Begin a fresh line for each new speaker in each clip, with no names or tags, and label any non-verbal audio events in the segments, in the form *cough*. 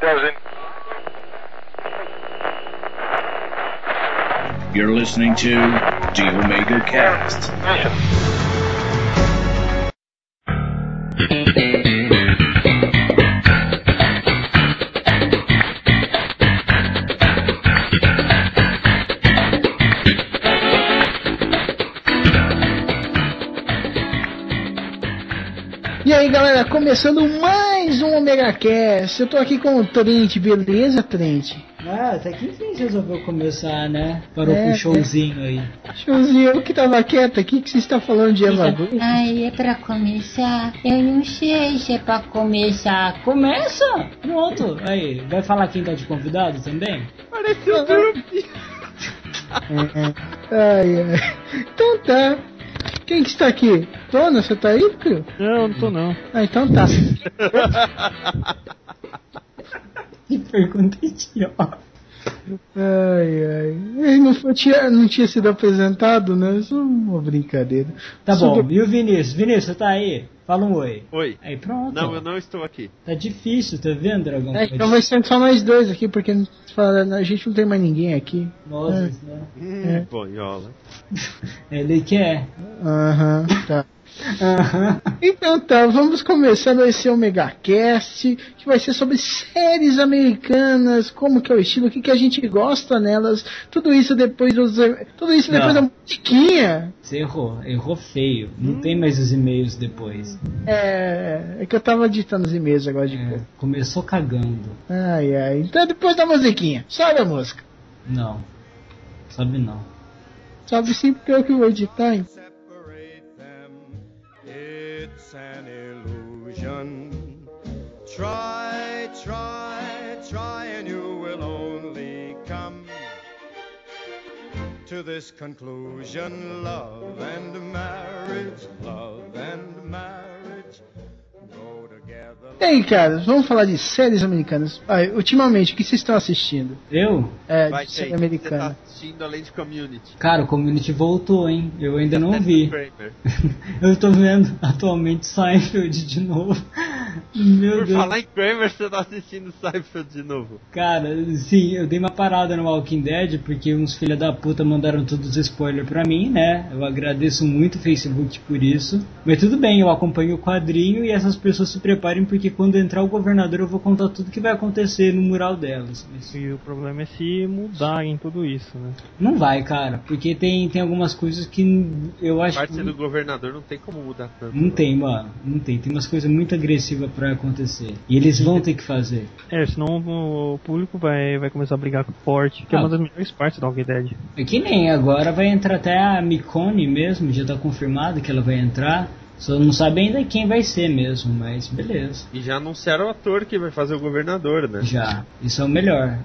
doesn't.
You're listening to The Omega Cast.
Listen.
E aí galera, começando mais um Omega Cast. Eu tô aqui com o Trent, beleza, Trent?
Ah, até que enfim você resolveu começar, né? Parou
É,
com um showzinho aí.
Josi, eu que tava quieto aqui, que você está falando de Eva
*laughs*
Bruce?
Aí é pra começar, eu não sei se é pra começar.
Começa! Pronto! Aí, vai falar quem tá de convidado também?
*laughs* Ai, ai. Então tá. Quem que está aqui? Dona, você tá aí, filho?
Não, não tô não.
Ah, então tá.
Que pergunta idiota.
Ai, ai. Ele não, foi- tinha, não tinha sido apresentado, né? Isso é uma brincadeira.
Tá bom,
Sobre-
e o Vinícius? Vinícius, você tá aí? Fala um oi.
Oi.
Aí pronto.
Não, eu não estou aqui.
Tá difícil, tá vendo, Dragão?
É, então vai ser só nós dois aqui, porque fala- a gente não tem mais ninguém aqui.
Nozes, né?
Hum, *laughs*
É.
Bonhola.
É, Ele quer.
Aham, tá.
Aham.
Então tá, vamos começando esse OmegaCast, que vai ser sobre séries americanas, como que é o estilo, o que, que a gente gosta nelas, tudo isso depois dos. Tudo isso depois
Não.
da musiquinha.
Você errou, errou feio.
Hum.
Não tem mais os e-mails depois.
É. É que eu tava ditando os e-mails agora de pouco.
É, começou cagando.
Ai, ai. Então depois da musiquinha. Sobe a música.
Não. Sabe não.
Sobe sim porque eu que vou editar. hein?
separate them. It's an illusion. Try, try, try, and you will only come to this conclusion. Love and marriage, love and marriage go together.
E aí, cara, vamos falar de séries americanas. Ah, ultimamente, o que vocês estão assistindo?
Eu?
É,
Vai,
de série
gente, Você tá
americana.
assistindo além de community. é
Cara, o community voltou, hein? Eu ainda não vi.
Kramer.
*laughs* Eu tô vendo atualmente Seinfeld de novo. Meu
Por
Deus.
falar em Kramer, você tá assistindo Seinfeld de novo.
Cara, sim, eu dei uma parada no Walking Dead porque uns filha da puta mandaram todos os spoilers pra mim, né? Eu agradeço muito o Facebook por isso. Mas tudo bem, eu acompanho o quadrinho e essas pessoas se preparem porque quando entrar o governador eu vou contar tudo que vai acontecer no mural delas. Mas
E o problema é se mudarem tudo isso, né?
não vai, cara, porque tem, tem algumas coisas que eu
A
acho que.
parte do governador não tem como mudar tanto.
Não tem, mano. Não tem. Tem umas coisas muito agressivas pra acontecer. E eles
*laughs*
vão ter que fazer.
É, senão o público vai, vai começar a brigar forte, que é
Ah.
uma das melhores partes da Walking Dead.
É que nem agora vai entrar até a Mikone mesmo, já tá confirmado que ela vai entrar. Só não sabe ainda quem vai ser mesmo, mas beleza.
E já anunciaram o ator que vai fazer o governador,
*laughs*
né?
Já. Isso é o melhor.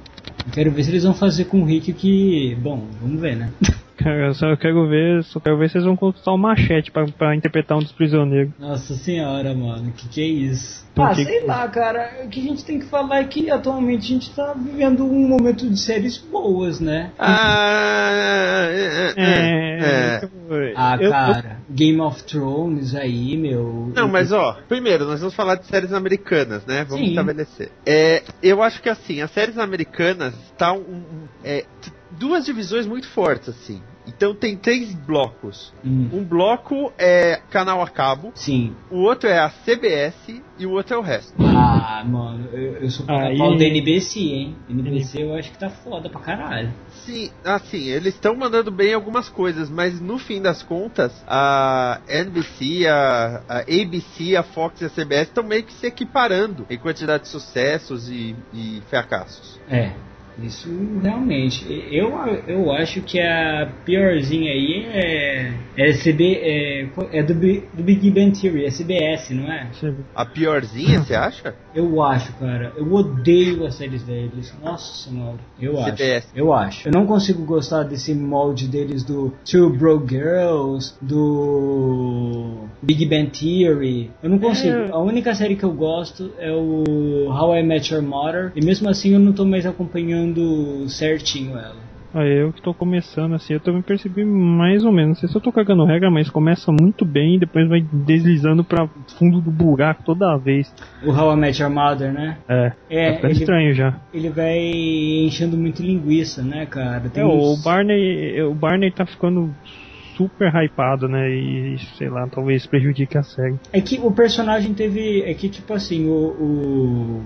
Eu quero ver se eles vão fazer com o Rick que. Bom, vamos ver, né?
Cara, eu só quero ver, só quero ver se eles vão consultar o machete pra, pra interpretar um dos prisioneiros.
Nossa senhora, mano, que que é isso?
Por
Ah,
que
sei
que-
lá, cara. O que a gente tem que falar é que atualmente a gente tá vivendo um momento de séries boas, né?
Ah, é, é, é, é.
eu-
Ah,
eu-
cara, Game of Thrones aí, meu.
Não, mas ó, primeiro, nós vamos falar de séries americanas, né? Vamos
Sim.
estabelecer. É, eu acho que assim, as séries americanas tá um, um- é, t- duas divisões muito fortes, assim. Então tem três blocos.
Hum,
Um bloco é canal a cabo,
Sim.
o outro é a CBS e o outro é o resto.
Ah, mano, eu, eu sou contra
Aí-
pau da NBC, hein? NBC eu acho que tá foda pra caralho.
Sim, assim, eles estão mandando bem algumas coisas, mas no fim das contas, a NBC, a, a ABC, a Fox e a CBS estão meio que se equiparando em quantidade de sucessos e, e fracassos.
É, isso realmente. E- Eu, eu acho que a piorzinha aí é. É, CB, é, co- é do, Bi- do Big Bang Theory, é CBS, não é?
A piorzinha, você acha?
Eu acho, cara. Eu odeio as séries deles. Nossa senhora. Eu acho.
CBS.
Eu acho. Eu não consigo gostar desse molde deles do Two Bro Girls, do Big Bang Theory. Eu não consigo.
É.
A única série que eu gosto é o How I Met Your Mother. E mesmo assim eu não tô mais acompanhando certinho ela.
eu- Ah, eu que tô começando assim, eu também percebi mais ou menos. Não sei se eu tô cagando regra, mas começa muito bem e depois vai deslizando pra fundo do buraco toda vez.
O How I Met Your Mother, né?
É,
É,
tá ficando
ele-
estranho já.
Ele vai enchendo muito linguiça, né, cara? Tem
É, o
uns-
Barney, o Barney tá ficando super hypado, né? E sei lá, talvez prejudique a série.
É que o personagem teve. É que, tipo assim, o. o...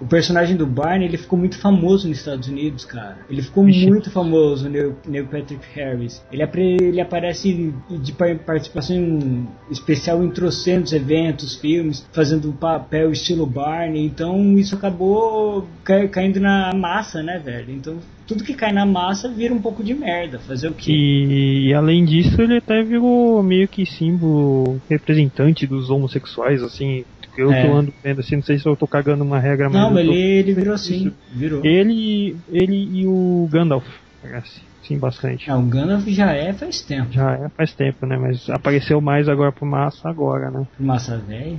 o personagem do Barney, ele ficou muito famoso nos Estados Unidos, cara. Ele ficou
Vixe.
muito famoso, o Neil Neil Patrick Harris. Ele, apre- ele aparece de pa- participação em- um especial em trocentos eventos, filmes, fazendo um papel estilo Barney. Então, isso acabou ca- caindo na massa, né, velho? Então, tudo que cai na massa vira um pouco de merda. Fazer o quê?
E, e, além disso, ele até virou meio que símbolo representante dos homossexuais, assim. Eu
É.
tô ando vendo assim, não sei se eu tô cagando uma regra, é, mas.
Não,
eu tô-
ele, ele virou assim. Virou.
ele, ele e o Gandalf, parece. Sim, bastante.
Ah, o Gandalf já é faz tempo.
Já é faz tempo, né? Mas apareceu mais agora pro Massa agora, né?
Massa velha.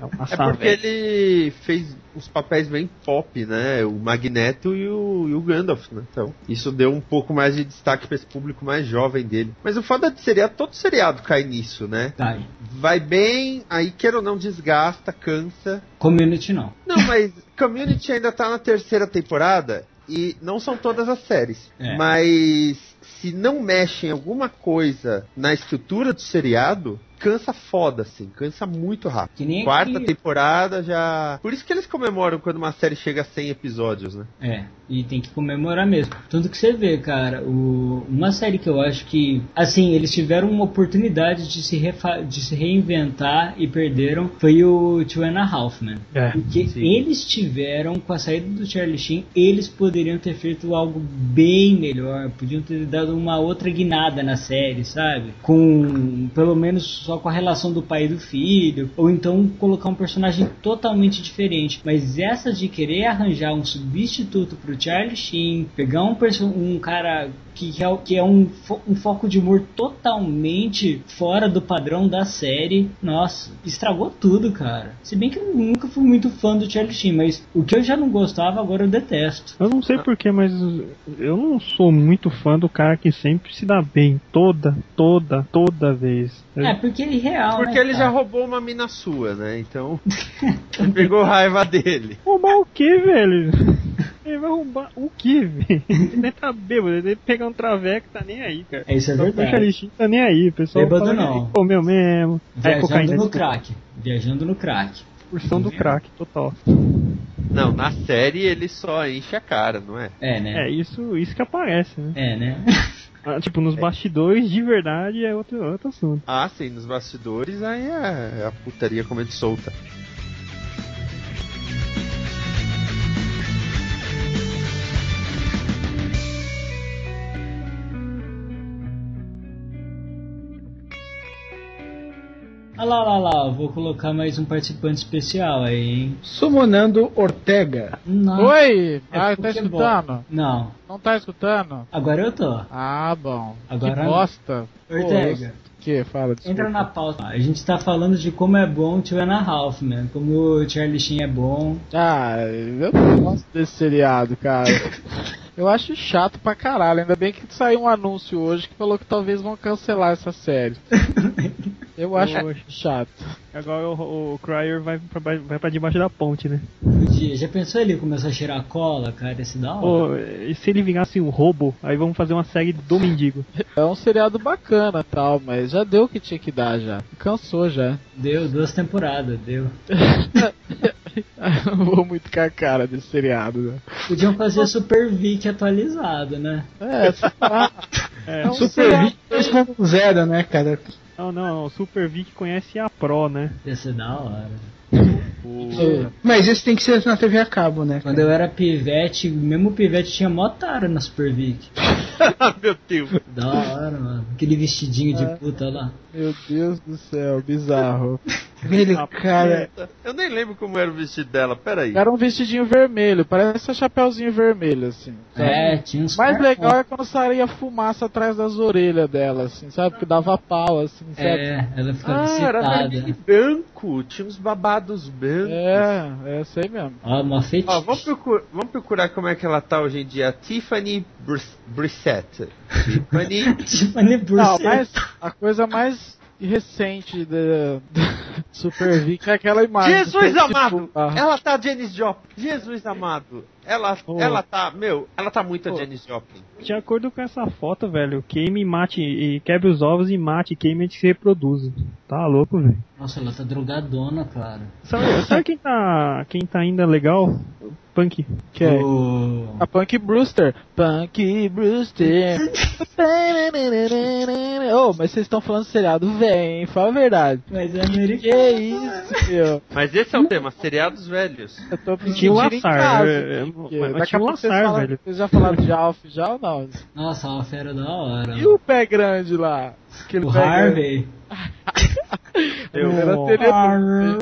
É, o
É
Massa,
porque
velho.
ele fez uns papéis bem pop, né? O Magneto e o, e o Gandalf, né? Então, isso deu um pouco mais de destaque pra esse público mais jovem dele. Mas o foda é de seriado, todo seriado cai nisso, né?
Tá,
Vai bem, aí queira ou não desgasta, cansa.
community não.
Não, mas Community ainda tá na terceira temporada e não são todas as séries.
É.
Mas se não mexem alguma coisa na estrutura do seriado, cansa foda, assim, cansa muito rápido.
Que nem
Quarta
aqui-
temporada já. Por isso que eles comemoram quando uma série chega a 100 episódios, né?
É, e tem que comemorar mesmo. Tanto que você vê, cara, o- uma série que eu acho que, assim, eles tiveram uma oportunidade de se, refa- de se reinventar e perderam foi o Two and a Half, Man.
É,
Porque eles tiveram, com a saída do Charlie Sheen, eles poderiam ter feito algo bem melhor, podiam ter dado uma outra guinada na série, sabe? Com, pelo menos, só com a relação do pai e do filho, ou então colocar um personagem totalmente diferente. Mas essa de querer arranjar um substituto pro Charlie Sheen, pegar um, perso- um cara que que é, o- que é um, fo- um foco de humor totalmente fora do padrão da série. Nossa, estragou tudo, cara. Se bem que eu nunca fui muito fã do Charlie Sheen, mas o que eu já não gostava, agora eu detesto.
Eu não sei porquê, mas eu não sou muito fã do cara que sempre se dá bem toda, toda, toda vez.
É, porque ele é real,
Porque
né,
ele já
cara?
roubou uma mina sua, né?
*laughs*
Então. pegou raiva dele.
Roubar o que, velho? *laughs* Ele vai roubar o que, velho? Ele nem tá bêbado, ele deve pegar um traveco, tá nem aí, cara.
É, isso é
Só que o
verdade.
Charlie Sheen tá nem aí, o pessoal.
Bêbado
fala que
não.
ele Comeu mesmo. É
Viajando
cocaína,
no
desculpa,
crack. Viajando no crack.
porção do crack, total.
Não, na série ele só enche a cara, não é?
É,
É,
né?
isso, isso que aparece, né?
É, né? *laughs*
Ah, tipo, nos bastidores, de verdade, é outro, outro assunto.
Ah, sim, nos bastidores aí é a putaria comendo solta. *laughs*
Olha Ah lá, olha lá, lá, eu vou colocar mais um participante especial aí, hein?
Sumonando Ortega.
Não.
Oi! Ah,
É
tá
futebol.
escutando?
Não.
Não tá escutando?
Agora eu tô.
Ah, bom.
Agora-
Que bosta.
Ortega.
O que? Fala
Então-
disso.
Entra na pauta. A gente tá falando de como é bom Two and a Half, né? Como o Charlie Sheen é bom.
Ah, eu não gosto desse
*laughs*
seriado, cara. Eu acho chato pra caralho. Ainda bem que saiu um anúncio hoje que falou que talvez vão cancelar essa série. Eu acho chato.
Agora o, o Cryer vai pra, ba- vai pra debaixo da ponte, né?
Podia- Já pensou ele começar a cheirar cola, cara? Esse da hora.
Pô, e se ele virasse um roubo, aí vamos fazer uma série do mendigo.
É um seriado bacana tal, mas já deu o que tinha que dar já. Cansou já. *laughs*
Deu duas temporadas, deu.
Não vou muito com a cara desse seriado, né?
Podiam fazer Super Vic atualizado, né?
É, sei lá.
É,
É um
Super
seriado.
Vic 2.0, né, cara?
Não, não, o Super Vic conhece a Pro, né?
Ia ser da hora.
Mas esse tem que ser na TV a cabo, né?
Quando eu era pivete, mesmo pivete tinha mó tara na Super Vic.
Ah, meu Deus.
Da hora, mano. Aquele vestidinho de puta lá.
Meu Deus do céu, bizarro.
vermelho, cara.
Eu nem lembro como era o vestido dela, peraí.
Era um vestidinho vermelho, parece um chapéuzinho vermelho, assim. sabe?
É, tinha uns
O mais
caras-
legal é quando saía fumaça atrás das orelhas dela, assim, sabe? Que dava pau, assim, sabe?
É, ela ficava
Ah, era vermelho e
excitada.
branco, tinha uns babados brancos.
É, é, sei mesmo.
Ó, uma fetiche.
Ó, Ah,
*laughs*
vamos, procurar, vamos procurar como é que ela tá hoje em dia. Tiffany Bris-
*laughs*
Brissette. Tiffany.
Tiffany
Não,
Bruce.
mas a coisa mais recente da, da *laughs* Super Vic é aquela imagem. do
Jesus
Facebook.
amado!
Ah,
Ela tá Janis Joplin. Jesus amado. Ela,
Oh.
Pô.
ela tá, meu, ela tá muito
Pô.
a Janis Joplin.
De acordo com essa foto, velho, queime e mate, e quebre os ovos e mate, queime e se reproduz. Tá louco, velho.
Nossa, ela tá drogadona, claro.
*laughs*
Sabe, sabe quem tá. quem tá ainda legal? Punk.
que é?
O-
A Punk Brewster. Punk Brewster. oh, mas vocês estão falando seriado, vem, fala a verdade.
Mas é
Que
americano.
isso, meu?
Mas esse é o tema, seriados velhos.
Eu tô me
Tinha o
sentindo em
Lassar,
casa,
é,
porque
mas- mas
daqui
tinha
a
o
pouco vocês
Lassar,
falam-
velho.
Vocês já falaram de Alf já ou não?
Nossa, é uma fera da hora.
E o pé grande lá? Aquele
O
pé grande.
Harvey.
Eu era
O-
teria-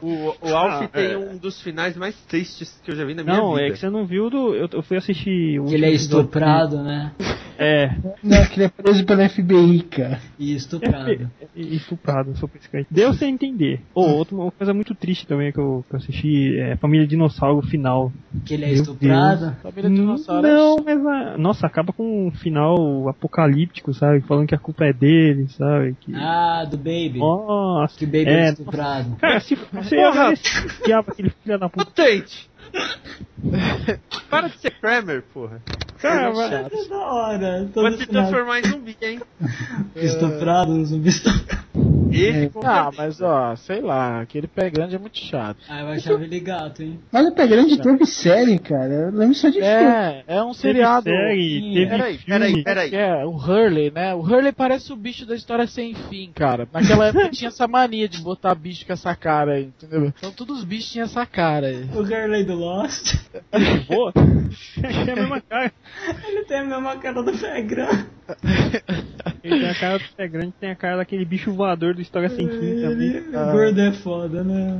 O, o Alf
Ah,
tem
é.
um dos finais mais tristes que eu já vi na minha
Não,
vida.
é que você não viu do. Eu, eu fui assistir o.
Que ele é
último episódio.
estuprado, né?
É,
Não, que ele é preso pela FBI, cara.
E estuprado.
e estuprado, sou piscante. Deu sem entender. Ou outra uma coisa muito triste também que eu, que eu assisti é Família Dinossauro final.
Que ele é
Meu
estuprado.
Família dinossauro é
Hum, não, mas a- nossa, acaba com um final apocalíptico, sabe? Falando que a culpa é dele, sabe? Que,
Ah, do Baby.
nossa,
Que o Baby é
é,
estuprado. *laughs*
Cara, se você
Porra!
aparecesse, diabo, aquele filho da puta.
Mutante! Para de ser Kramer, porra.
Cara, vai- um
É da hora.
Vai
Todo
se
final
transformar em zumbi, hein?
estuprado, um zumbi *laughs* estuprado.
Ele com
Ah,
certeza.
mas ó, sei lá, aquele pé grande é muito chato.
Ah, eu achava ele gato, hein?
Mas o Pé Grande teve série, cara. Eu lembro só de filme.
É, é um seriado.
Teve série,
Sim,
teve
Peraí,
filme.
peraí,
*laughs*
peraí.
que É, o Hurley, né? O Hurley parece o bicho da história sem fim, cara. Naquela época tinha essa mania de botar bicho com essa cara aí, entendeu? Então todos os bichos tinham essa cara aí.
O Hurley do Lost. *laughs*
Pô, é a mesma cara.
Ele tem a mesma cara do Pegrão.
Ele tem a cara do pé grande, tem a cara daquele bicho voador do História Sem Fim também.
Ele gordo é foda, né?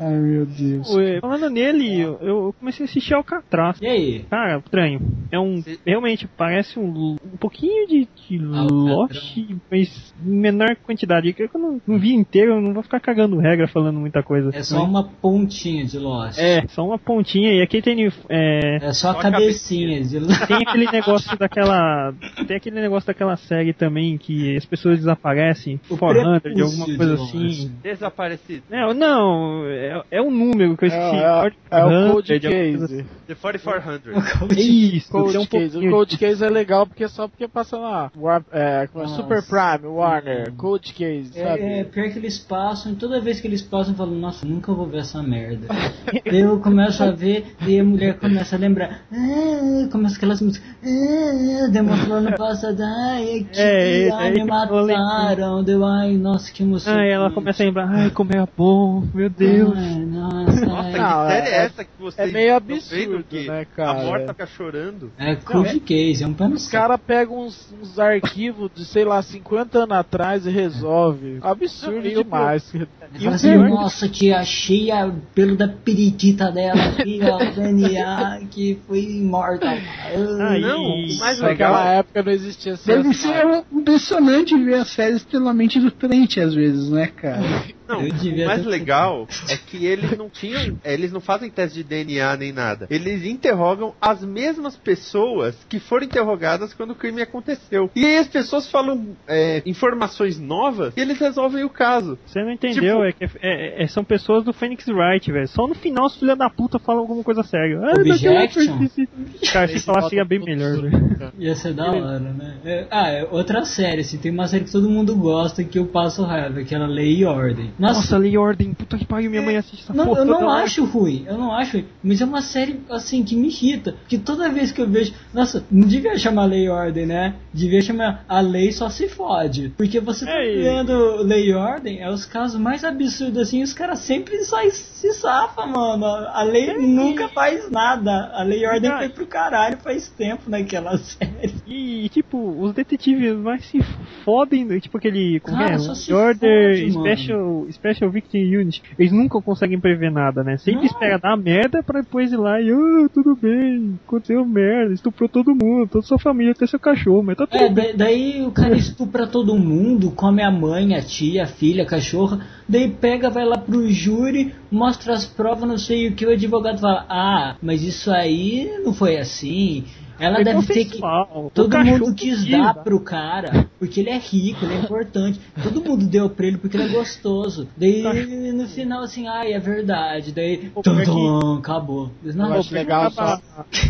Ai, meu
É,
Deus.
Ué, falando nele, eu, eu comecei a assistir Alcatraz.
E aí?
Cara, estranho. É um.
Se-
Realmente, parece um, um pouquinho de, de
Alcatraz.
Lost, mas em menor quantidade. Eu que eu não, não vi inteiro, eu não vou ficar cagando regra falando muita coisa.
É só
Mas-
uma pontinha de Lost.
É, só uma pontinha. E aqui tem. é,
É só a
Só a
cabecinha de Lost.
tem aquele negócio daquela. Tem aquele negócio daquela série também que as pessoas desaparecem.
O
400, de
prepúcio
alguma coisa
de *laughs*
assim.
Desaparecido.
Não, não, é, é um número que eu esqueci.
É, é
400,
o Cold
de alguma coisa assim.
Case.
The
*laughs*
4400.
Isso,
Cold
tem um
Case. O
pouquinho
Cold Case é legal porque só porque passa lá. War- é, como é?
Nossa.
Super Prime, Warner, Cold Case, sabe?
É, é, pior que eles passam, e toda vez que eles passam, eu falo, nossa, nunca vou ver essa merda.
*laughs*
Daí eu começo a ver, e a mulher começa a lembrar, ah, começa aquelas músicas, ah, demonstrou no passado, ai, que
É, é,
ai,
é,
me
que eu lembro.
mataram, deu, ai, nossa, que emoção.
Ah, ela começa a lembrar, ai, como é bom,
Uhum.
meu Deus.
Ai, nossa,
Nossa,
ai.
Não,
que série é,
é-
essa que você
é meio
não vê
absurdo,
porque
né, cara?
A morta fica chorando.
É cold case, é um pano
Os caras pegam uns, uns arquivos de, sei lá, 50 anos atrás e resolve. Absurdo
Não, e é o
demais.
Ele
E
fala
o
assim,
pior-
nossa, que achei a pelo da periquita dela
*laughs*
aqui, ó, o DNA que foi morta.
Ai,
Não, o mais
Ah, isso, é
Naquela
legal.
época não existia assim,
Deve
CSI.
ser um impressionante ver as séries pela mente do Trent, às vezes, né, cara?
Não,
Eu devia
o mais
ter-
legal é que eles não tinham. Eles não fazem teste de DNA nem nada. Eles interrogam as mesmas pessoas que foram interrogadas quando o crime aconteceu. E aí as pessoas falam é, informações novas e eles resolvem o caso.
Você não entendeu,
Tipo-
é que é- é- são pessoas do Phoenix Wright, velho. Só no final os filhos da puta falam alguma coisa séria. Ah,
Objection?
daquela vez esse- Cara, se falar seria bem melhor, velho.
Ia ser da hora, né? É, ah, é outra série, assim, tem uma série que todo mundo gosta que eu passo raiva, aquela Lei e Ordem. Nossa,
Nossa, lei e ordem, puta que pariu, minha mãe assiste essa
É, não,
porra
eu
toda é
não
hora.
acho ruim, eu não acho ruim, mas é uma série, assim, que me irrita, porque toda vez que eu vejo, nossa, não devia chamar Lei e Ordem, né? Devia chamar A Lei Só Se Fode, porque você tá
Ei.
vendo Lei e Ordem, é os casos mais absurdos, assim, os caras sempre só se safa, mano, a Lei nunca faz nada, a Lei e Ordem
É Verdade.
foi pro caralho faz tempo naquela *laughs* série.
E, e, tipo, os detetives mais se fodem, né? tipo aquele. Como
Cara,
é?
só se
Order
fode, mano.
Special, Special Victim Unit. Eles nunca conseguem prever nada, né? Sempre
Não.
espera dar merda pra depois ir lá e. "Ah, tudo bem, aconteceu merda, estuprou todo mundo, toda sua família, até seu cachorro, mas tá tudo
É,
bem.
da- daí o cara estupra todo mundo, come a mãe, a tia, a filha, a cachorra, daí pega, vai lá pro júri, mostra as provas, não sei o que, o advogado fala, ah, mas isso aí não foi assim, ela
Foi
deve ter que...
consensual, É o
Todo
cachorro
mundo quis
quis
dar
dar.
pro cara, porque ele é rico, ele é importante. Todo mundo deu pra ele porque ele é gostoso. Daí no final assim, ai, é verdade. Daí,
Pô,
tum,
pior é que-
tum, acabou. Eles não
Eu acho
acham.
legal
acaba,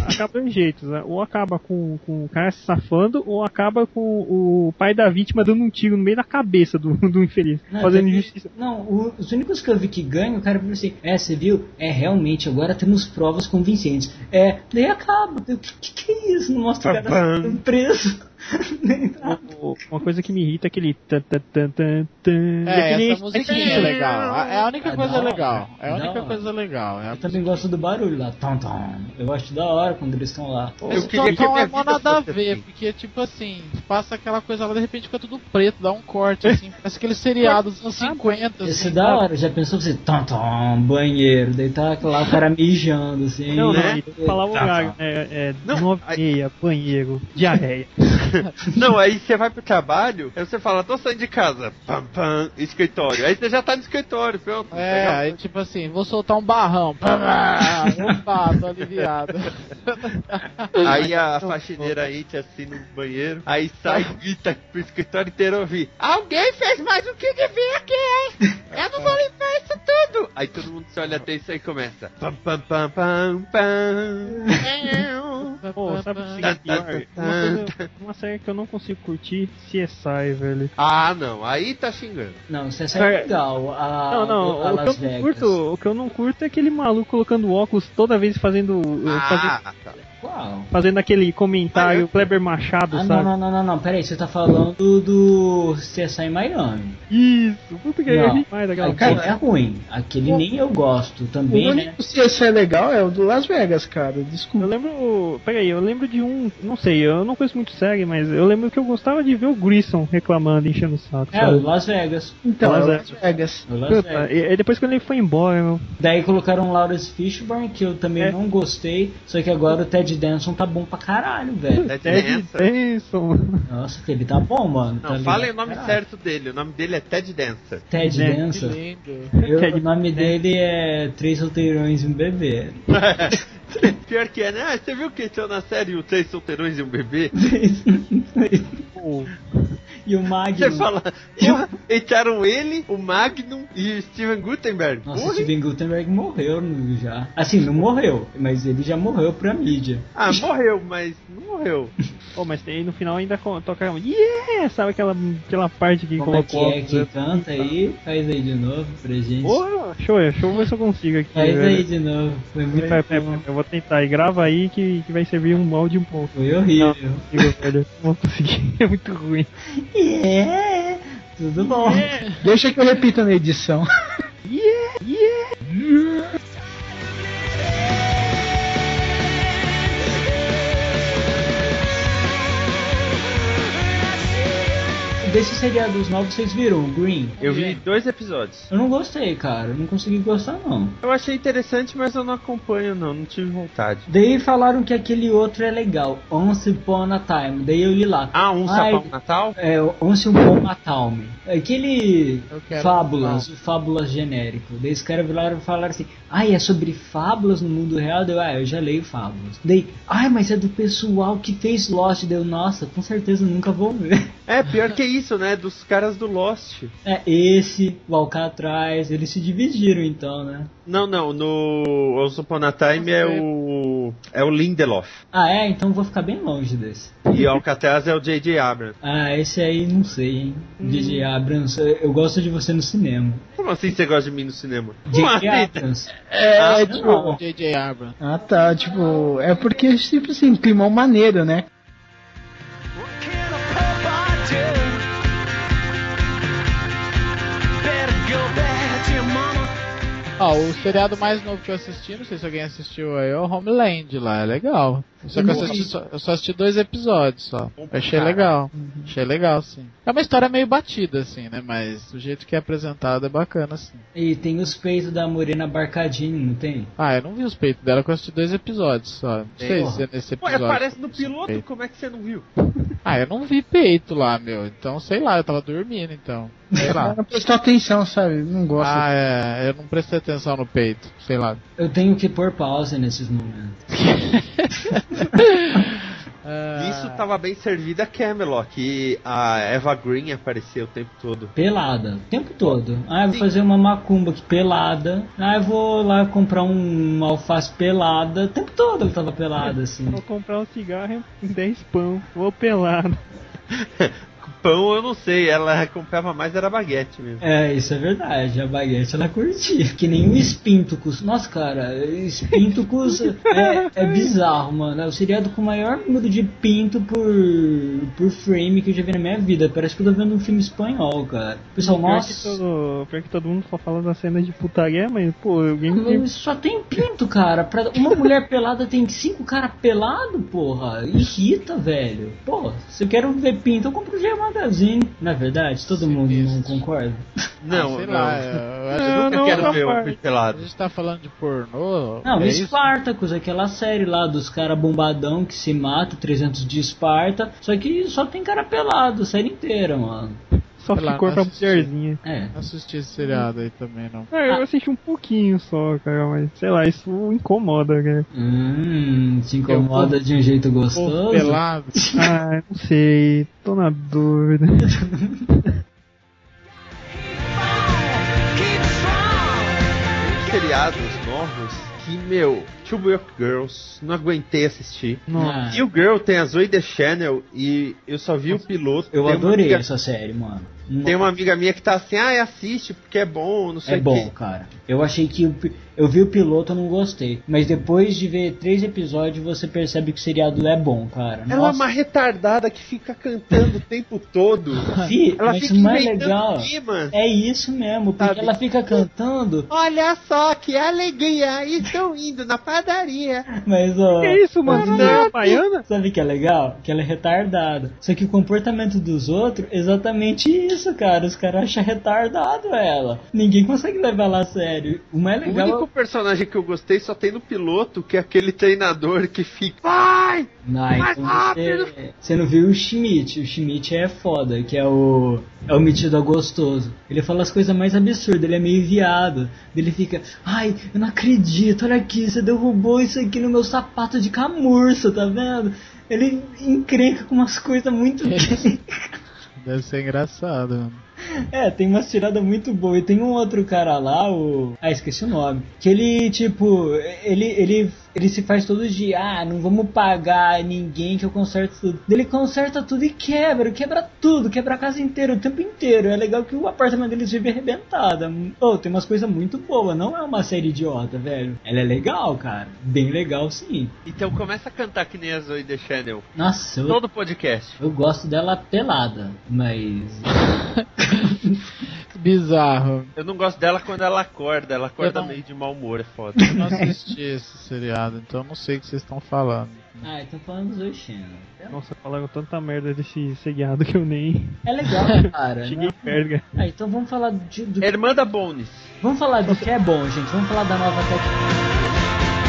acaba em jeitos, né? Ou acaba com, com o cara se safando, ou acaba com o pai da vítima dando um tiro no meio da cabeça do, do infeliz,
Não,
*laughs*
é,
fazendo
teve-
injustiça.
Não, o- os únicos que eu vi que ganham, o cara falou assim: é, você viu? É, realmente, agora temos provas convincentes. É, daí acaba. O que, que, que é isso? Não mostra o cara sendo preso. *laughs* Nem nada.
O- Uma coisa que me irrita é aquele. Tan, tan, tan, tan, tan, e
É,
aquele-
essa musiquinha
né?
é legal. A- É a única
Ah,
coisa
não.
legal. É a única
Não.
coisa legal. É a-
Eu também gosto do barulho lá, tom, tom. Eu acho da hora quando eles estão lá.
Esse
queria que
Totão
minha
é mó
vida
nada a
fosse
ver,
assim.
porque tipo assim, passa aquela coisa lá, de repente fica tudo preto, dá um corte, assim, parece aquele seriado dos anos 50, assim,
Isso é da hora, já pensou você, tom, tom, banheiro, daí tá lá o cara mijando assim.
Não, não,
né?
e tem que falar o
Tá,
lugar.
tá.
É, é
Não,
nove
aí-
e meia, banheiro, diarreia.
Não, aí você vai pro trabalho, aí você fala, tô saindo de casa, pam, pam, escritório. Aí você já tá no escritório, pronto.
É, aí tipo assim, vou soltar um barrão. *laughs* Opa, tô aliviado.
Aí a faxineira entra assim no banheiro, aí sai e grita pro escritório inteiro ouvir. Alguém fez mais o que devia aqui, hein? Eu não vou limpar É isso tudo! Aí todo mundo se olha até isso aí e começa. Pam pam pam pam pam.
Pô, sabe o que é pior? Uma, coisa, uma série que eu não consigo curtir, CSI, velho.
*laughs* Ah não, aí tá xingando.
Não, isso é só legal. A,
Não, não,
a
o
Las
que, eu não
Vegas.
curto, o que eu não curto é aquele maluco colocando óculos toda vez fazendo. eh, fazendo,
Ah, tá.
Qual?
fazendo aquele comentário Kleber Machado,
Ah, não,
sabe?
não, não, não, não, peraí, você tá falando do CSI em Miami.
Isso, puta que
Não.
é demais daquela
Aquele
porra.
é ruim, aquele nem eu gosto
O
também, né?
único CSI legal é o do Las Vegas, cara.
Eu
Desculpa.
lembro. Peraí, eu lembro de um. Não sei, eu não conheço muito série, mas eu lembro que eu gostava de ver o Grissom reclamando, enchendo o saco.
É,
sabe?
o Las Vegas.
Então,
Las
é o
Vegas.
Las Vegas.
o Las
Puta,
Vegas.
e, e depois quando ele foi embora, meu.
Daí colocaram o Lawrence Fishburne, que eu também
É.
não gostei, só que agora o Ted Danson tá bom pra caralho, velho.
Ted
Ted
Danson.
Danson.
Nossa, que ele tá bom, mano. tá
Não,
ligado?
falem o nome
Caralho.
certo Né? dele. O nome dele é Ted Dancer.
Ted
Ted
Que
Danson.
lindo.
Eu-
Né? Ted-
o nome dele é Três Solteirões e um
*laughs*
Bebê. *laughs*
Pior que é, né? Ah, você viu que entrou na série o Três Solteirões e um Bebê?
Pô,
e o
Você
Magnum.
fala, eu, entraram ele, o Magnum e o Steven Gutenberg.
Nossa,
Porra,
Steven Gutenberg morreu no- já. Assim, não morreu, mas ele já morreu pra mídia.
Ah, morreu, mas não morreu.
*laughs* Pô, mas aí no final ainda co- toca. um Yeah! Sabe aquela, aquela parte que
Como é que
colocou.
é que canta aí? Faz aí de novo pra gente.
Porra, show, eu- show, ver se eu consigo aqui.
Faz
velho.
aí de novo. Foi muito
Pera, pera,
bom.
pera, Eu vou tentar e grava aí que, que vai servir um molde um pouco.
Foi horrível.
Digo, velho, não vou conseguir, *laughs* é muito ruim.
É, tudo bom.
Deixa que eu repita na edição.
Desse seriado dos novos, vocês viram o Green?
Eu vi dois episódios.
Eu não gostei, cara. Eu não consegui gostar, não.
Eu achei interessante, mas eu não acompanho, não. Não tive vontade.
Daí falaram que aquele outro é legal, Once Upon a Time. Daí eu li lá.
Ah, um
Ai.
sapão natal?
É, Once Upon a Time. É Aquele
Eu quero
Fábulas, o Fábulas genérico. Daí os caras viraram e falaram assim: Ai, é sobre fábulas no mundo real? Daí eu, ah, eu já leio fábulas. Daí, ai, mas é do pessoal que fez Lost. Daí eu, nossa, com certeza nunca vou ver. *laughs*
É, pior que isso, né? Dos caras do Lost.
É esse, o Alcatraz, eles se dividiram então, né?
Não, não. No Once Upon a Time é o... É o Lindelof.
Ah, é? Então eu vou ficar bem longe desse.
*laughs* E o Alcatraz é o J.J. Abrams.
Ah, esse aí não sei, hein?
Hum.
DJ Abrams, eu gosto de você no cinema.
Como assim você gosta de mim no cinema? Como assim?
DJ Abrams.
É,
Ah,
tipo.
Não,
JJ Abrams.
Ah, tá. Tipo, é porque, tipo assim, climão maneiro, né?
Ó, Ó, o seriado mais novo que eu assisti, não sei se alguém assistiu aí, é o Homeland lá, é legal. Só que eu, assisti só, eu só assisti dois episódios só. Eu achei legal. Achei legal, sim. É uma história meio batida, assim, né? Mas o jeito que é apresentado é bacana, assim.
E tem os peitos da Morena Barcadinho, não tem?
Ah, eu não vi os peitos dela, que eu assisti dois episódios só. Não sei se é nesse
Pô,
episódio.
aparece no
que tem os
piloto, como é que você não viu?
Ah, eu não vi peito lá, meu. Então, sei lá, eu tava dormindo, então. Sei
*laughs*
lá.
Não prestou atenção, sabe? Não gosto.
ah, é, eu não prestei atenção no peito, sei lá.
Eu tenho que pôr pausa nesses momentos.
Ah,
Isso tava bem servida a Camelot, que a Eva Green apareceu o tempo todo.
Pelada, o tempo todo. Ah, eu vou fazer uma macumba aqui pelada. Ah, eu vou lá comprar um uma alface pelada. O tempo todo eu tava pelada, assim.
Vou comprar um cigarro e 10 pão. Vou né? pelado.
Pão eu não sei, ela *laughs* comprava mais era baguete mesmo.
É, isso é verdade. A baguete ela curtia. Que nem o espinto custa. Nossa, cara, espinto custa. É, é bizarro, mano. É o seriado com o maior número de pinto por, por frame que eu já vi na minha vida. Parece que eu tô vendo um filme espanhol, cara. Pessoal,
Pior que,
nossa.
todo, pior que todo mundo só fala das cenas de putaria, mas, pô, alguém tem
Mas Só tem pinto, cara. Pra uma mulher pelada tem cinco cara pelado, porra. Irrita, velho. Pô, se eu quero ver pinto, eu compro o G Magazine. Na é verdade, todo mundo não concorda.
Não,
Ah, sei
não.
lá, eu acho-
Eu nunca
Não,
quero
não,
ver
rapaz.
o
a
pelado.
gente tá falando de pornô.
Não,
é isso?
Espartacus, aquela série lá dos cara bombadão que se mata, 300 de Esparta. Só que só tem cara pelado, a série inteira, mano.
só
Sei lá,
ficou pra
não assisti.
mulherzinha.
É.
Não assisti esse seriado aí também, não.
Ah, eu assisti um pouquinho só, cara, mas sei lá, isso incomoda, cara.
Hum, se incomoda de um jeito
Povo
gostoso.
pelado.
Ah, não sei, tô na dúvida.
Seriados novos que, meu, Two Work Girls, não aguentei assistir.
Nossa.
Ah,
E o Girl tem as oito Channel e eu só vi o piloto.
eu
Tem uma
adorei
amiga-
essa série, mano.
Tem uma amiga minha que tá assim, ah, assiste porque é bom, não sei
É
o
bom,
quê.
cara. Eu achei que. o pi- eu vi o piloto, eu não gostei. Mas depois de ver três episódios, você percebe que o seriado é bom, cara.
Ela é uma retardada que fica cantando o tempo
*laughs*
todo.
Fi,
Ela
mas
fica
o mais
inventando Tá
legal
clima.
é isso mesmo, porque
Sabe?
ela fica cantando,
Olha só que alegria, estão indo na padaria.
mas ó.
*laughs* Que isso, mano? Não é baiana?
Sabe o que é legal? Que ela é retardada. Só que o comportamento dos outros, exatamente isso, cara. Os caras acham retardado ela. Ninguém consegue levar ela a sério. O mais
O
legal. é
único personagem que eu gostei só tem no piloto, que é aquele treinador que fica. Vai!
Não, então você, você não viu o Schmidt. O Schmidt é foda, que é o. É o metido a gostoso. Ele fala as coisas mais absurdas, ele é meio viado. Ele fica, ai, eu não acredito, olha aqui, você derrubou isso aqui no meu sapato de camurça, tá vendo? Ele encrenca com umas coisas muito.
Deve ser engraçado, mano.
É, tem uma tirada muito boa. E tem um outro cara lá, o. Ah, esqueci o nome. Que ele, tipo, ele, ele, ele se faz todo de ah, não vamos pagar ninguém que eu conserto tudo. Ele conserta tudo e quebra, quebra tudo, quebra a casa inteira, o tempo inteiro. É legal que o apartamento deles vive arrebentada. Oh, tem umas coisas muito boas, não é uma série idiota, velho. Ela é legal, cara. Bem legal sim.
Então começa a cantar que nem a Zoe The Channel.
Nossa, eu,
Todo podcast.
eu gosto dela pelada, mas.
*laughs* Bizarro.
Eu não gosto dela quando ela acorda. Ela acorda
Eu não-
meio de mau humor, é foda. *laughs*
Eu não assisti esse seriado, então eu não sei o que vocês estão falando.
Ah, então falando dos Oxina.
Nossa, falaram tanta merda desse seriado que eu nem *laughs*
É legal, *laughs* cara.
cheguei
né?
perto, cara.
Ah, então vamos falar de, do.
Irmã da Bones.
Vamos falar do que é bom, gente. Vamos falar da nova técnica.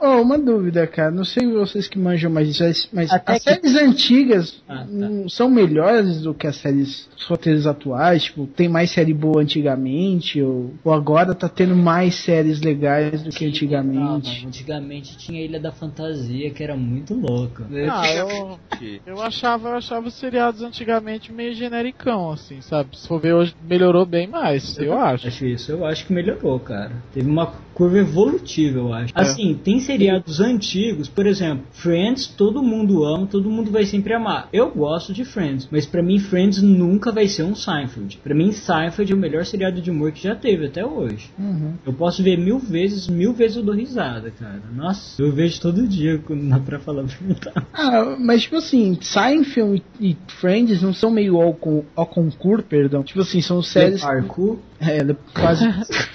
Oh, uma dúvida, cara. Não sei vocês que manjam mais disso, mas
Até
as
que-
séries antigas
Ah, tá.
hum, são melhores do que as séries os roteiros atuais? Tipo, tem mais série boa antigamente? Ou, ou agora tá tendo mais séries legais do que antigamente?
Ah, antigamente tinha a Ilha da Fantasia, que era muito louca.
Ah, eu, eu achava, eu achava os seriados antigamente meio genericão, assim, sabe? Se for ver hoje, melhorou bem mais, eu acho.
Acho isso, eu acho que melhorou, cara. Teve uma curva evolutiva, eu acho. Assim, tem seriados antigos, por exemplo, Friends, todo mundo ama, todo mundo vai sempre amar. Eu gosto de Friends, mas pra mim Friends nunca vai ser um Seinfeld. Pra mim Seinfeld é o melhor seriado de humor que já teve até hoje.
Uhum.
Eu posso ver mil vezes, mil vezes eu dou risada, cara. Nossa, eu vejo todo dia quando dá pra falar verdade.
Ah, mas tipo assim, Seinfeld e Friends não são meio ao, con- ao concurso, perdão. Tipo assim, são séries.
Arco.
*laughs* É, ele quase.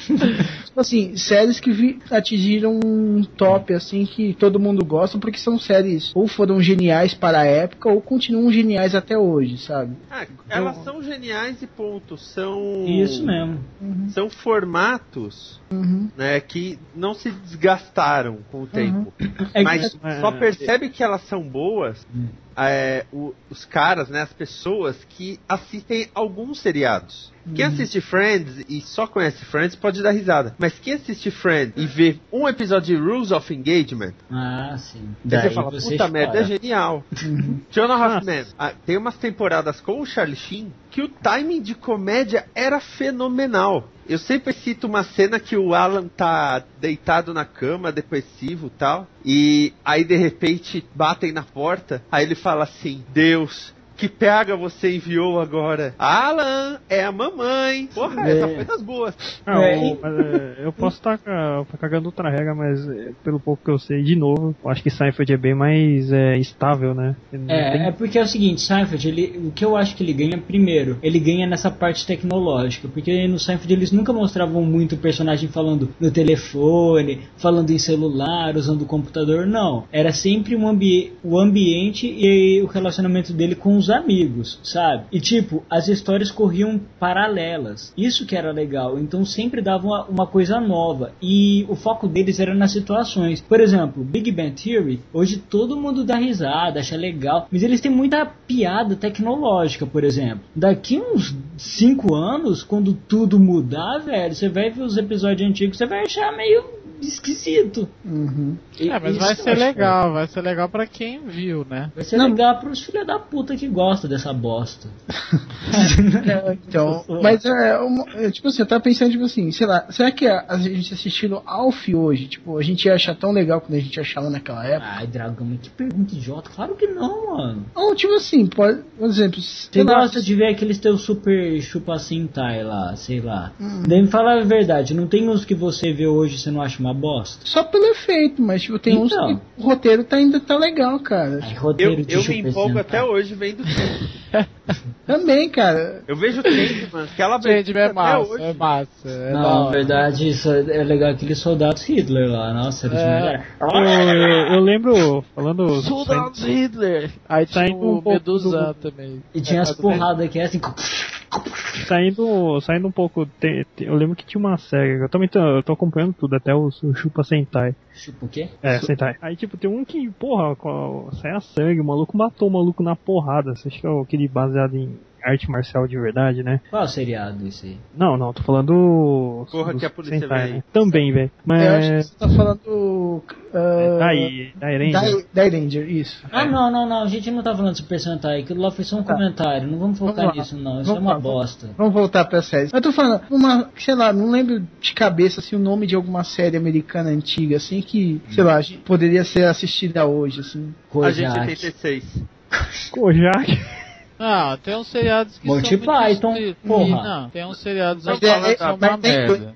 tipo assim, séries que vi- atingiram um top assim que todo mundo gosta, porque são séries ou foram geniais para a época ou continuam geniais até hoje, sabe?
Ah, elas são geniais e ponto. São.
Isso mesmo.
São formatos né, que não se desgastaram com o tempo.
É
Mas
que-
só percebe que elas são boas é, o- os caras, né, as pessoas que assistem alguns seriados.
Uhum.
Quem assiste Friends e só conhece Friends pode dar risada. Mas quem assiste Friends e vê um episódio de Rules of Engagement,
Ah, sim.
você
Daí
fala, puta
você
merda, é
chora.
genial. Jonah Hoffman, ah, tem umas temporadas com o Charlie Sheen que o timing de comédia era fenomenal. Eu sempre cito uma cena que o Alan tá deitado na cama, depressivo e tal, e aí de repente batem na porta, aí ele fala assim: Deus. Que pega você enviou agora? Alan, é a mamãe. Porra, essa foi das boas.
Ah,
É,
o-
e-
mas, é, eu posso estar cagando outra regra, mas é, pelo pouco que eu sei, de novo, eu acho que Seinfeld é bem mais é, estável, né? Não tem-
É, é porque é o seguinte, Seinfeld, ele, o que eu acho que ele ganha primeiro, ele ganha nessa parte tecnológica, porque no Seinfeld eles nunca mostravam muito o personagem falando no telefone, falando em celular, usando o computador, não. Era sempre um ambi o ambiente e o relacionamento dele com os amigos, sabe? E tipo, as histórias corriam paralelas. Isso que era legal. Então sempre dava uma, uma coisa nova. E o foco deles era nas situações. Por exemplo, Big Bang Theory, hoje todo mundo dá risada, acha legal. Mas eles têm muita piada tecnológica, por exemplo. Daqui uns 5 anos, quando tudo mudar, velho, você vai ver os episódios antigos, você vai achar meio esquisito. E-
É, mas
isso
vai
eu
ser
acho
legal, vai ser legal pra quem viu, né?
Vai ser legal pros filha da puta que gosta dessa bosta.
É, então, mas é, uma- é, tipo assim, eu tava pensando, tipo assim, sei lá, será que a, a gente assistindo Alf hoje, tipo, a gente ia achar tão legal quando a gente achava naquela época?
Ai, dragão, mas que pergunta idiota. Claro que não, mano.
Ou tipo assim, pode, por exemplo, sei
Você
lá,
gosta de ver aqueles teus super chupa cintai lá, sei lá.
Hum.
Daí me fala a verdade, não tem uns que você vê hoje e você não acha uma bosta?
só pelo efeito, mas tipo, tem uns
Então.
que o roteiro tá, ainda tá legal, cara.
Ai,
Eu,
roteiro de
eu
chupa assim.
me empolgo
Sentai.
até hoje vendo Sandman.
Também, cara.
Eu vejo Sandman, aquela
Gente,
abertura
é
até
massa,
hoje.
é massa. É da
Não, na
hora.
verdade, isso é é legal aqueles soldados Hitler lá. Nossa, eles
É.
Eu, eu- eu lembro, falando.
Soldados Hitler! Aí
Sai
tinha
um
o
pouco
Medusa também.
E tinha as
Mercado
porradas que é assim.
Saindo, saindo um pouco, te- te- eu lembro que tinha uma série, eu também tô, eu tô acompanhando tudo, até o, o Chupa Sentai.
Chupa tipo, o quê?
É, Sentai. Aí, tipo, tem um que, porra, qual- sai a sangue, o maluco matou o maluco na porrada. Você acha que é aquele baseado em arte marcial de verdade, né?
Qual seriado isso aí?
Não, não, tô falando.
Porra,
dos
que a polícia vem aí.
né? Também, velho.
Eu acho que
Mas.
você tá falando. ah,
É. Daí, daí, Ranger.
Dai- Dai Ranger, isso.
Ah, não, não, não, a gente não tá falando Super Sentai, aquilo lá foi só um comentário, não vamos focar
Vamos lá.
nisso não, isso
Vamos
é uma
lá, vamos-
bosta.
Vamos voltar pra séries. Eu tô falando, uma, sei lá, não lembro de cabeça assim, o nome de alguma série americana antiga, assim, que, sei lá, a gente poderia ser assistida hoje, assim.
A gente
Kojak.
86.
*laughs* Kojak.
Não, Ah, tem uns seriados que
Monty
são muito
Python,
esqui-
porra.
Não, tem uns seriados
Mas
que
é- é-
são
mas
uma
tem
merda.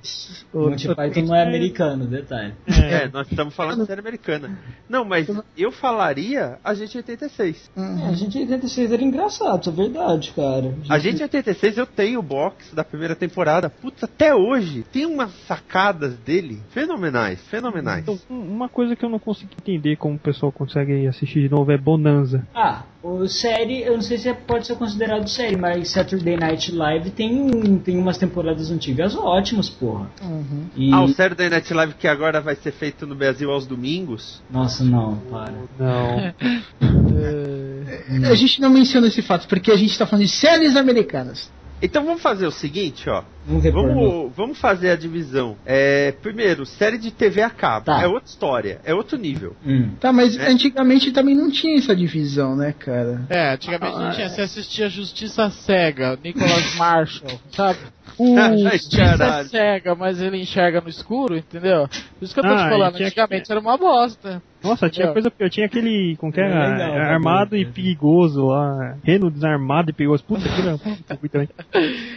Monty Python não é americano, detalhe.
É, nós estamos falando de série americana. Não, mas eu falaria a gente 86.
É, a gente 86 era engraçado, isso é verdade, cara.
A gente 86 eu tenho o box da primeira temporada. Putz, até hoje tem umas sacadas dele fenomenais, fenomenais.
Então, um- uma coisa que eu não consigo entender como o pessoal consegue assistir de novo é Bonanza.
Ah, o série, eu não sei se é- pode ser considerado série, mas Saturday Night Live tem, um, tem umas temporadas antigas ótimas, porra.
Uhum.
E...
Ah, o Saturday Night Live que agora vai ser feito no Brasil aos domingos.
Nossa, não, para.
*laughs* Não.
A gente não menciona esse fato, porque a gente tá falando de séries americanas.
Então vamos fazer o seguinte, ó.
Vamos repor. não.
Vamos, vamos fazer a divisão. É, primeiro, série de TV a cabo.
Tá.
É outra história, é outro nível.
Hum.
Tá, mas antigamente também não tinha essa divisão, né, cara?
É, antigamente não
Ah,
tinha. Você assistia Justiça Cega, Nicholas Marshall,
*laughs*
sabe?
É
Ai,
Justiça
caralho.
Cega, mas ele enxerga no escuro, entendeu? Por isso que eu tô
Ah,
te
e
falando,
tinha-
antigamente era uma bosta.
Nossa, tinha
Não.
coisa pior. Tinha aquele. Como que
É,
era?
legal, né?
armado e perigoso lá. Reno desarmado e perigoso. Puta que era muito também.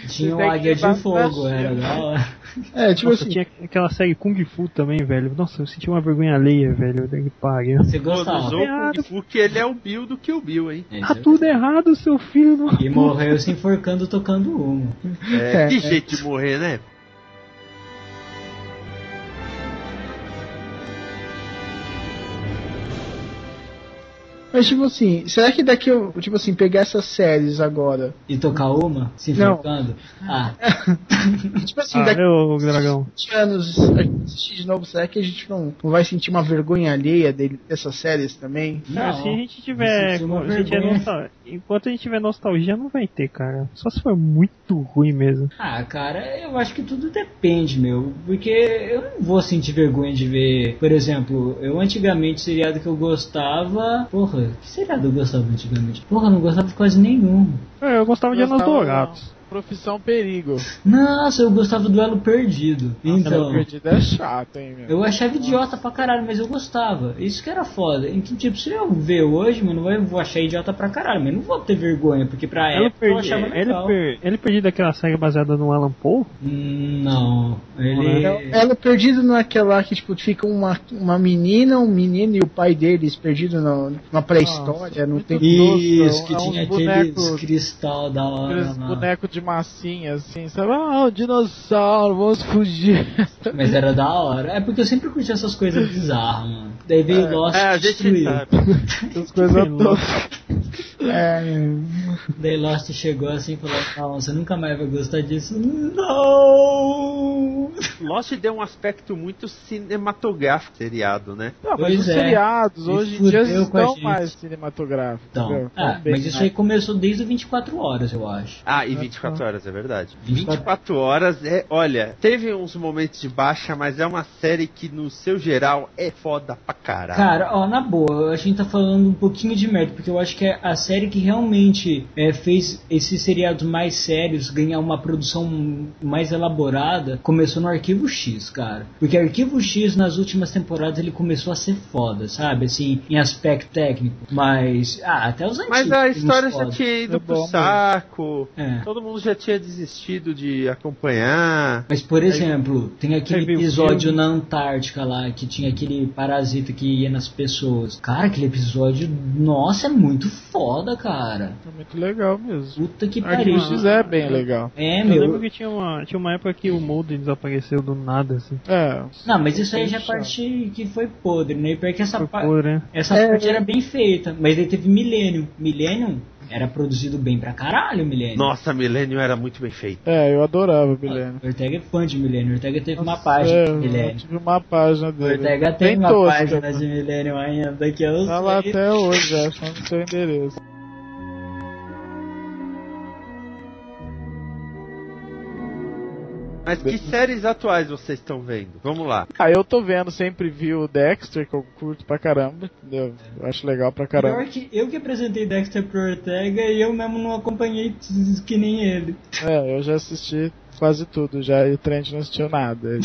Tinha
tem
o
que
Águia
levar
de Fogo,
pra
era
cima.
da hora.
É, tipo
Nossa,
assim,
tinha aquela série Kung Fu também, velho. Nossa, eu senti uma vergonha alheia, velho. Eu que pariu.
Você
Todos
gostava.
ou Kung Fu, que ele é o Bill do que o Bill, hein?
É,
Tá
isso
tudo errado, seu filho. não-
é- E morreu se enforcando tocando uma.
É,
É,
que
é.
jeito de morrer, né?
mas tipo assim, será que daqui eu, tipo assim, pegar essas séries agora?
E tocar uma? Se
Não.
enforcando? Ah,
Tipo assim,
Ah,
daqui
meu dragão.
a 20 anos a gente assistir de novo, será que a gente não, não vai sentir uma vergonha alheia dele, dessas séries também?
Cara, se a
não.
gente tiver.
Isso é uma
se a gente tiver
vergonha.
nostal- Enquanto a gente tiver nostalgia, não vai ter, cara. Só se for muito ruim mesmo.
Ah, cara, eu acho que tudo depende, meu. Porque eu não vou sentir vergonha de ver. Por exemplo, eu antigamente, seriado que eu gostava. Porra, que seriado eu gostava antigamente? Porra, eu não gostava de quase nenhum.
É, eu gostava de Anos
Gostava,
Dourados.
não. Profissão Perigo.
Nossa, eu gostava do Elo Perdido.
Nossa,
Então.
perdido é chato, hein, meu.
Eu achava idiota pra caralho, mas eu gostava. Isso que era foda. Então, tipo, se eu ver hoje, mano, eu vou achar idiota pra caralho, mas não vou ter vergonha, porque pra
Ele,
época eu
perdi,
achava
ele,
legal.
per- ele perdi daquela série baseada no Alan Poe.
Hum, Não, ele...
Então, Ela perdida não é aquela lá que tipo, fica uma, uma menina, um menino e o pai deles perdido na, na pré-história, não
muito
tem.
Isso,
Nossa,
que
é uns
tinha
bonecos-
aqueles cristal da hora
Aqueles
lá.
bonecos de massinha, assim, sabe? Ah, o dinossauro, vamos
*laughs*
fugir.
Mas era da hora. É porque eu sempre curti essas coisas bizarras, mano. Daí veio Lost
É, a
e
gente
destruiu.
tá.
sabe.
Essas coisas todas.
É.
Daí Lost chegou assim e falou, não, você nunca mais vai gostar disso. Não!
Lost deu um aspecto muito cinematográfico seriado, né?
Não, mas
Pois
os
é.
seriados
E
hoje em dia
fudeu com a
estão
gente.
mais cinematográficos.
Então,
entendeu?
ah,
Tão tá bem né?
mas isso aí começou desde o 24 horas, eu acho.
Ah, e 24 horas, é verdade.
24
24 horas é, olha, teve uns momentos de baixa, mas é uma série que no seu geral é foda pra caralho.
Cara, ó, na boa, a gente tá falando um pouquinho de merda, porque eu acho que é a série que realmente é, fez esses seriados mais sérios ganhar uma produção mais elaborada começou no Arquivo X, cara. Porque Arquivo X, nas últimas temporadas, ele começou a ser foda, sabe? Assim, em aspecto técnico. Mas, ah, até os antigos.
mas a
tem uns
história já
foda.
tinha ido
É
pro
bom,
saco.
É.
Todo mundo já tinha desistido de acompanhar.
Mas, por exemplo, tem
Aí
aquele
veio o
episódio
filme.
na Antártica lá, que tinha aquele parasita que ia nas pessoas. Cara, aquele episódio, nossa, é muito foda, cara.
É muito legal mesmo.
Puta que pariu.
Arquivo X é bem legal.
É,
Eu lembro
meu.
que tinha uma, tinha uma época que o Mulder desapareceu do nada, assim.
É.
Não, mas isso aí já é a
Deixa.
parte que foi podre, né? Porque essa,
Foi
pa-
podre, né?
essa
É.
parte era bem feita. Mas aí teve Millennium. Millennium era produzido bem pra caralho, Millennium.
Nossa, Millennium era muito bem feito.
É, eu adorava Milênio.
O Ortega é fã de Millennium. O Ortega teve uma
Nossa,
página é.
é,
de
Eu
Millennium.
tive uma página
O
dele.
Ortega tem
Bem
uma
tosca,
página
né?
de Millennium ainda que eu
Tá lá
sei.
até hoje, é, acho, no seu endereço.
Mas que séries atuais vocês estão vendo? Vamos lá.
Ah, eu tô vendo, sempre vi o Dexter, que eu curto pra caramba, entendeu? Eu acho legal pra caramba.
Pior que eu que apresentei Dexter pro Ortega e eu mesmo não acompanhei t- que nem ele.
É, eu já assisti quase tudo, já e o Trent não assistiu nada. *laughs*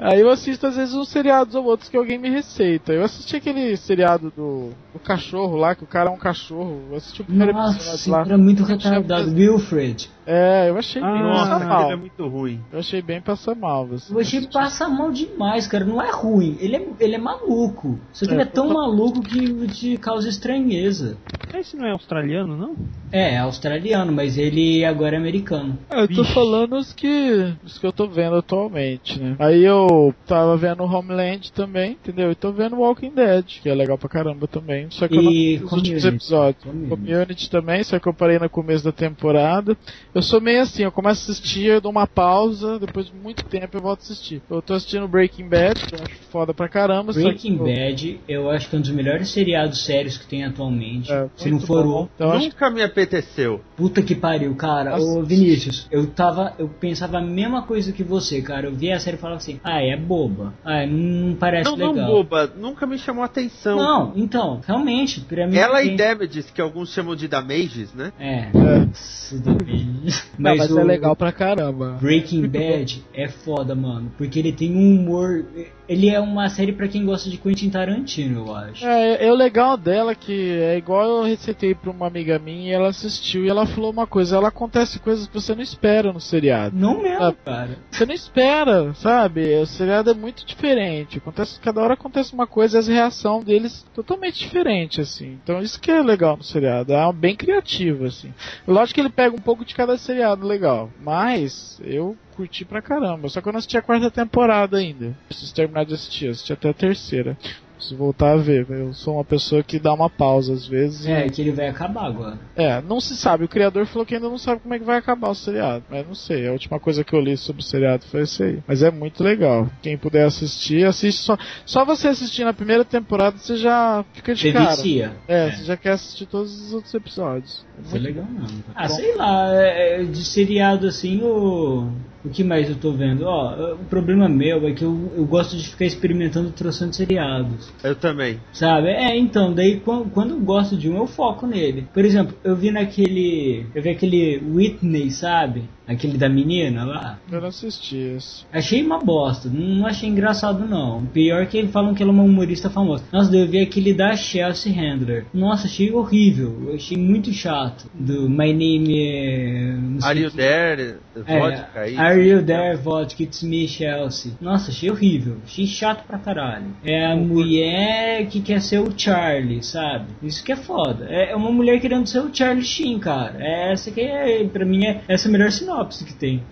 Aí eu assisto às vezes uns seriados ou outros que alguém me receita. Eu assisti aquele seriado do, do cachorro lá, que o cara é um cachorro. Eu assisti o primeiro
Nossa,
episódio lá.
era muito retardado. Wilfred.
É, eu achei bem
Ah,
passa mal.
ele é muito ruim.
Eu achei bem passa mal. Você.
O Oshi passa mal demais, cara. Não é ruim. Ele é, ele é maluco. Só que ele é tão maluco que te causa estranheza.
Esse não é australiano, não?
É, é australiano, mas ele agora é americano.
É, Eu tô
Vixe.
falando os que, os que eu tô vendo atualmente, né? Aí eu tava vendo Homeland também, entendeu? E tô vendo Walking Dead, que é legal pra caramba também. Só que eu não
E
vi os últimos
Community.
episódios.
Community.
Community também, só que eu parei no começo da temporada. Eu sou meio assim, eu começo a assistir, eu dou uma pausa, depois de muito tempo eu volto a assistir. Eu tô assistindo Breaking Bad, que eu acho foda pra caramba. só que
Breaking
eu- tipo-
Bad, eu acho que é um dos melhores seriados sérios que tem atualmente.
É,
se não for o.
Então acho que
Nunca me apeteceu.
Puta que pariu, cara. Ô, Vinícius, eu tava. Eu pensava a mesma coisa que você, cara. Eu via a série e falava assim, ah, é boba. Ah, não, não parece
Não, não, é
legal.
boba, nunca me chamou atenção.
Não, então, realmente, pra mim.
Ela
tem-
e Damages, que alguns chamam de Damages, né?
É,
É.
tudo bem. *laughs*
Não,
Mas,
mas
o
é legal pra caramba.
Breaking Bad é foda, mano. Porque ele tem um humor. Ele é uma série pra quem gosta de Quentin Tarantino, eu acho.
É, é o legal dela que é igual eu recitei pra uma amiga minha e ela assistiu e ela falou uma coisa, ela acontece coisas que você não espera no seriado.
Não
Ah.
mesmo, cara.
Você não espera, sabe? O seriado é muito diferente. Acontece, cada hora acontece uma coisa e a reação deles é totalmente diferente, assim. Então isso que é legal no seriado. É bem criativo, assim. Lógico que ele pega um pouco de cada seriado legal. Mas eu curti pra caramba. Só que eu não assisti a quarta temporada ainda. Preciso terminar de assistir, eu assisti até a terceira. Preciso voltar a ver. Eu sou uma pessoa que dá uma pausa às vezes. e-
É, que ele vai acabar agora.
é, não se sabe. O criador falou que ainda não sabe como é que vai acabar o seriado. Mas não sei. A última coisa que eu li sobre o seriado foi isso aí. Mas é muito legal. Quem puder assistir, assiste só. Só você assistir na primeira temporada, você já fica de
Você
cara.
vicia. né?
É, você já quer assistir todos os outros episódios. É
Foi
muito
legal não. Ah,
Bom.
sei lá, é, é, de seriado assim, o. O que mais eu tô vendo? Ó, o problema meu é que eu, eu gosto de ficar experimentando troçando seriados.
Eu também.
Sabe? É, então, daí quan- quando eu gosto de um, eu foco nele. Por exemplo, eu vi naquele. Eu vi aquele Whitney, sabe? Aquele da menina lá.
Eu não assisti isso.
Achei uma bosta, não não achei engraçado não. Pior que eles falam que ela é uma humorista famosa. Nossa, daí eu vi aquele da Chelsea Handler. Nossa, achei horrível, eu achei muito chato. Do My Name é. não sei
Are you
que-
there? Vodka
é,
aí.
Are You There, Vodka, It's Me, Chelsea. Nossa, achei horrível. Achei chato pra caralho. É
Uhum.
a mulher que quer ser o Charlie, sabe? Isso que é foda. É é uma mulher querendo ser o Charlie Sheen, cara. É essa que é, pra mim, é essa é a melhor sinopse que tem.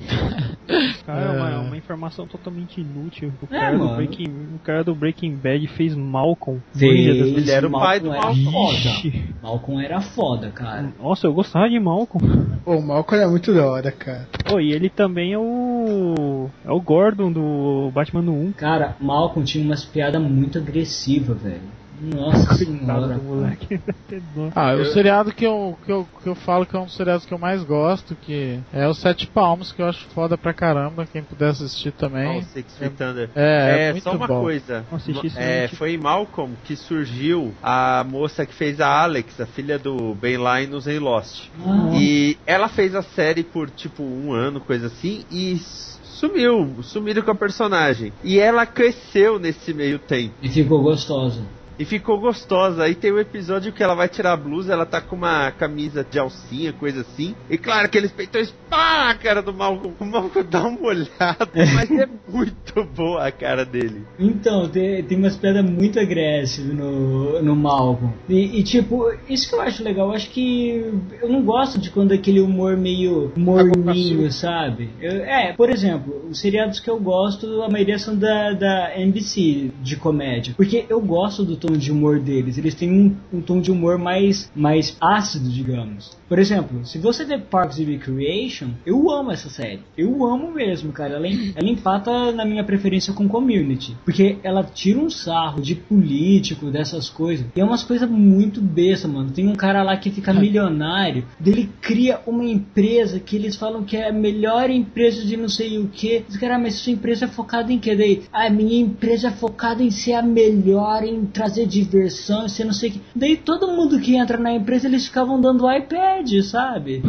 Cara, é uma,
É.
uma informação totalmente inútil. O
É,
cara, do
mano.
Breaking, o cara do Breaking Bad fez Malcolm. é
Fez,
Ele era o pai do
era
Malcolm.
foda.
Ixi.
Malcolm era foda, cara.
Nossa, eu gostava de Malcolm.
Pô, o Malcolm é muito da hora, cara.
Pô, e ele também é o. É o Gordon do Batman no 1.
Cara, Malcolm tinha umas piadas muito agressivas, velho. Nossa
Coitado
senhora.
do moleque. Até dó.
Ah, o seriado que eu, que, eu, que eu falo que é um dos seriados que eu mais gosto, que é o Sete Palmos, que eu acho foda pra caramba. Quem puder assistir também.
Não, Six Feet Under.
É, é, muito
só uma
bom.
coisa.
Não assisti isso,
É,
não, tipo.
foi em Malcolm que surgiu a moça que fez a Alex, a filha do Ben Linus em Lost.
Ah,
E ela fez a série por tipo um ano, coisa assim, e sumiu, sumiram com a personagem. E ela cresceu nesse meio tempo.
e ficou gostosa.
E ficou gostosa. Aí tem um episódio que ela vai tirar a blusa, ela tá com uma camisa de alcinha, coisa assim. E claro que eles peitões, pá, a cara do Malcolm. O Malcolm dá uma
*laughs*
olhada, mas é muito boa a cara dele.
Então, tem, tem umas piadas muito agressivas no, no Malcolm. E, e, tipo, isso que eu acho legal. Eu acho que eu não gosto de quando é aquele humor meio morninho, sabe? Eu- é, por exemplo, os seriados que eu gosto, a maioria são da, da NBC, de comédia. Porque eu gosto do tom de humor deles. Eles têm um, um tom de humor mais, mais ácido, digamos. Por exemplo, se você vê Parks and Recreation, eu amo essa série. Eu amo mesmo, cara. Ela, em- ela empata na minha preferência com Community. Porque ela tira um sarro de político, dessas coisas. E é umas coisas muito besta, mano. Tem um cara lá que fica milionário. Dele cria uma empresa que eles falam que é a melhor empresa de não sei o que. Diz, cara, mas sua empresa é focada em que? Daí, a minha empresa é focada em ser a melhor, em trazer diversão, em ser não sei o que. Daí todo mundo que entra na empresa, eles ficavam dando iPad, sabe?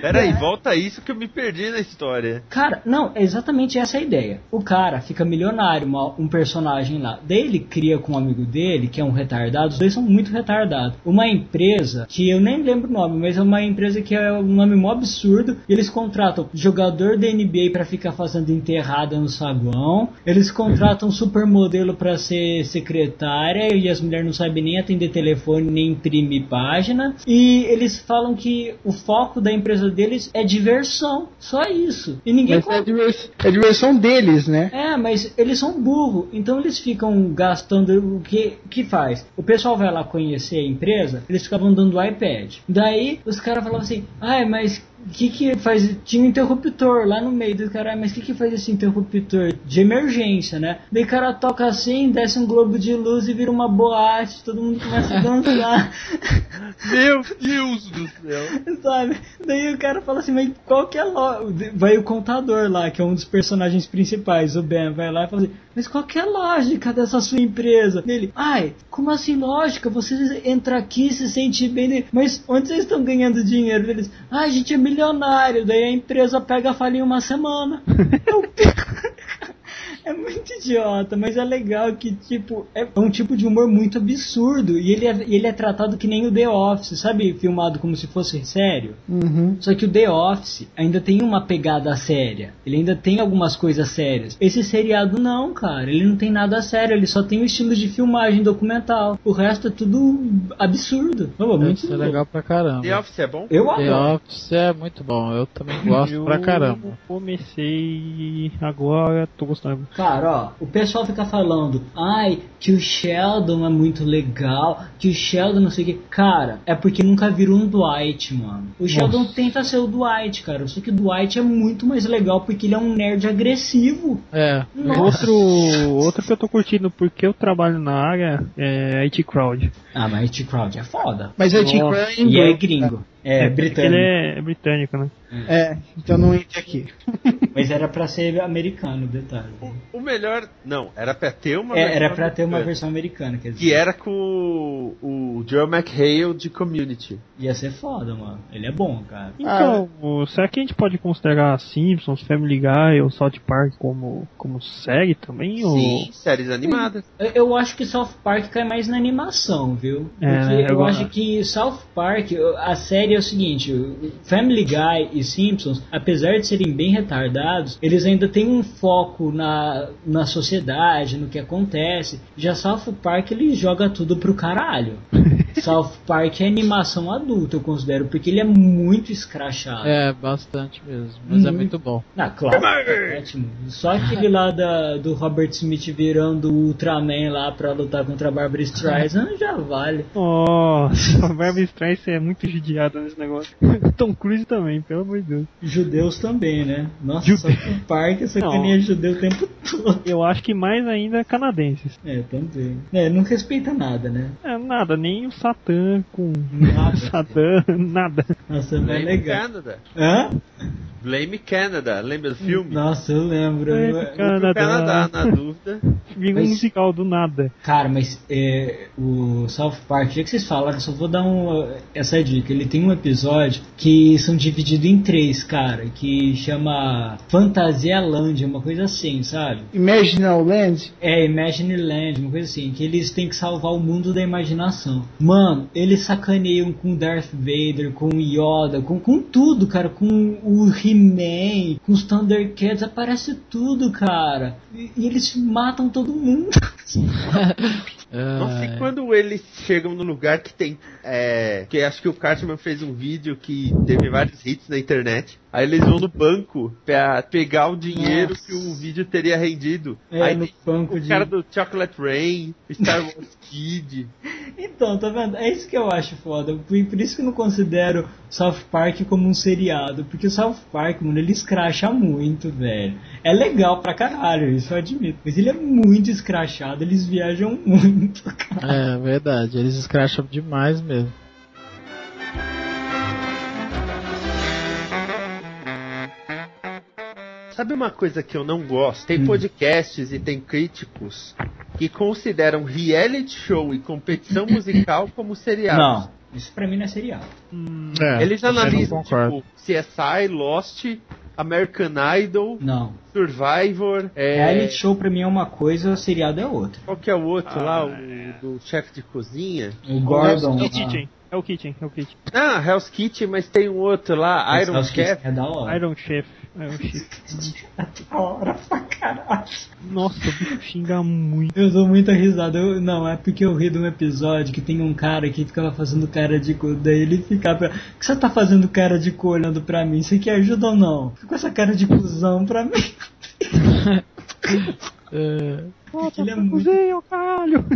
Peraí,
É.
volta a isso que eu me perdi na história.
Cara, não, é exatamente essa a ideia. O cara fica milionário, uma- um personagem lá. Daí ele cria com um amigo dele, que é um retardado, os dois são muito retardados. Uma empresa, que eu nem lembro o nome, mas é uma empresa que é um nome mó absurdo. e Eles contratam jogador da NBA pra ficar fazendo enterrada no saguão. Eles contratam um supermodelo pra ser secretária e as mulheres não sabem nem atender telefone, nem imprimir página. E eles falam que o foco da empresa deles é diversão. Só isso. E ninguém
Mas é, a divers- é a diversão deles, né?
é, mas eles são burro, então eles ficam gastando o que que faz? O pessoal vai lá conhecer a empresa, eles ficavam dando iPad. Daí os caras falavam assim: "Ai, mas o que que faz? Tinha um interruptor lá no meio do cara, mas o que que faz esse interruptor? De emergência, né? Daí o cara toca assim, desce um globo de luz e vira uma boate, todo mundo começa a dançar,
Meu *laughs* Deus do céu.
*laughs* sabe? Daí o cara fala assim, mas qual que é a loja? Vai o contador lá, que é um dos personagens principais, o Ben, vai lá e fala assim, mas qual que é a lógica dessa sua empresa? Ele, ai, como assim lógica? Você entra aqui e se sente bem, Ele, mas onde vocês estão ganhando dinheiro? Eles, ai, a gente é milionário, daí a empresa pega a falha em uma semana. Eu- É muito idiota, mas é legal que, tipo, é um tipo de humor muito absurdo. E ele é, e ele é tratado que nem o The Office, sabe? Filmado como se fosse sério.
Uhum.
Só que o The Office ainda tem uma pegada séria. Ele ainda tem algumas coisas sérias. Esse seriado não, cara. Ele não tem nada sério. Ele só tem o estilo de filmagem documental. O resto é tudo absurdo. Pô,
Deve
muito
ser
legal.
legal pra caramba.
The Office é bom?
Eu
The
adoro.
Office é muito bom,
*laughs*
eu também gosto
Eu
pra caramba.
Comecei agora, tô gostando.
Cara, ó, o pessoal fica falando, ai, que o Sheldon é muito legal, que o Sheldon não sei o que. Cara, é porque nunca virou um Dwight, mano. O Sheldon tenta ser o Dwight, cara. Só que o Dwight é muito mais legal porque ele é um nerd agressivo.
É,
Outro, outro que eu tô curtindo porque eu trabalho na área é IT Crowd.
Ah, mas Hit Crowd é foda.
Mas é
Nossa.
E é
T-Crane.
gringo. É, britânico.
Ele é britânico, né?
É, então não entre aqui.
é- Mas era pra ser americano, detalhe.
O, o melhor. Não, era pra ter uma
É, era
versão
pra ter uma
americana.
versão americana, quer dizer.
Que era com o, o Joe McHale de Community.
Ia ser foda, mano. Ele é bom, cara.
Então, será que a gente pode considerar Simpsons, Family Guy ou South Park como, como série também? ou...
Sim, séries animadas.
Eu- Eu acho que South Park cai mais na animação, viu? Porque
É, né?
eu,
Eu
acho
gosto.
que South Park, a série é o seguinte: Family Guy e Simpsons, apesar de serem bem retardados, eles ainda têm um foco na, na sociedade, no que acontece. Já South Park ele joga tudo pro
*laughs*
caralho. South Park é animação adulta, eu considero, porque ele é muito escrachado.
é bastante mesmo, mas é
Uhum.
muito bom.
Ah, claro, é ótimo. Só aquele lá da, do Robert Smith virando o Ultraman lá pra lutar contra a Barbara Streisand já vale.
Nossa, *laughs* a Barbie Streisand é muito judiada nesse negócio. *laughs* Tom Cruise também, pelo amor de Deus.
Judeus também, né? Nossa,
Jude-
só que o parque sacaneia judeu o tempo todo. *laughs*
Eu acho que mais ainda canadenses.
É, também. É, não respeita nada, né?
É, nada, nem o Satã com
Nada.
Satã, *laughs* nada.
Nossa, é
Blame
legal.
Canada.
Hã?
Blame Canada. Lembra
Hum,
do filme?
Nossa, eu lembro.
É,
Eu-
cara.
Canadá.
Canadá.
Canadá, na
*laughs*
dúvida.
Vira um
Mas-
musical do nada.
Cara, mas é, o South Park, já que vocês falaram, eu só vou dar um, essa dica. Ele tem um episódio que são divididos em três, cara, que chama Fantasialândia, uma coisa assim, sabe?
Imaginal Land?
É, Imagine Land, uma coisa assim, que eles têm que salvar o mundo da imaginação. Mano, eles sacaneiam com Darth Vader, com Yoda, com, com tudo, cara, com o He-Man, com os Thundercats, aparece tudo, cara. E, e eles matam todo mundo.
Nossa, e quando eles chegam no lugar que tem. É, que acho que o Cartman fez um vídeo que teve vários hits na internet. Aí eles vão no banco pra pegar o dinheiro
Nossa.
que o vídeo teria rendido.
É,
Aí
no
tem
banco
o
de...
cara do Chocolate Rain,
*laughs*
Star Wars Kid.
Então, tá vendo? É isso que eu acho foda. Por por isso que eu não considero South Park como um seriado. Porque o South Park, mano, ele escracha muito, velho. É legal pra caralho, isso eu admito. Mas ele é muito escrachado, eles viajam muito, *laughs* cara.
É verdade, eles escracham demais mesmo.
Sabe uma coisa que eu não gosto?
Hum.
Tem podcasts e tem críticos que consideram reality show e competição musical como seriados.
Não, isso pra mim não é seriado.
É,
Eles
eu não
analisam
concordo.
tipo CSI, Lost, American Idol,
Não.
Survivor, é,
Reality show pra mim é uma coisa, seriado é outra.
qual que é o outro
Ah,
lá, o do chefe de cozinha?
O Gordon.
É o
ah,
Kitchen, é o Kitchen, é o Kitchen.
Ah, Hell's Kitchen, mas tem um outro lá,
mas
Iron
House Kitchen
Chef.
É da hora.
Iron Chef, Iron Chef.
é Da hora pra caralho.
Nossa, o bicho xinga muito.
Eu dou muita risada. Eu- não, é porque eu ri de um episódio que tem um cara que ficava fazendo cara de cu. Daí ele ficava. pra- O que você tá fazendo cara de cu olhando pra mim? Você quer ajuda ou não? Fica com essa cara de cuzão pra mim.
É,
Nossa,
Ele é
eu cozinho, caralho.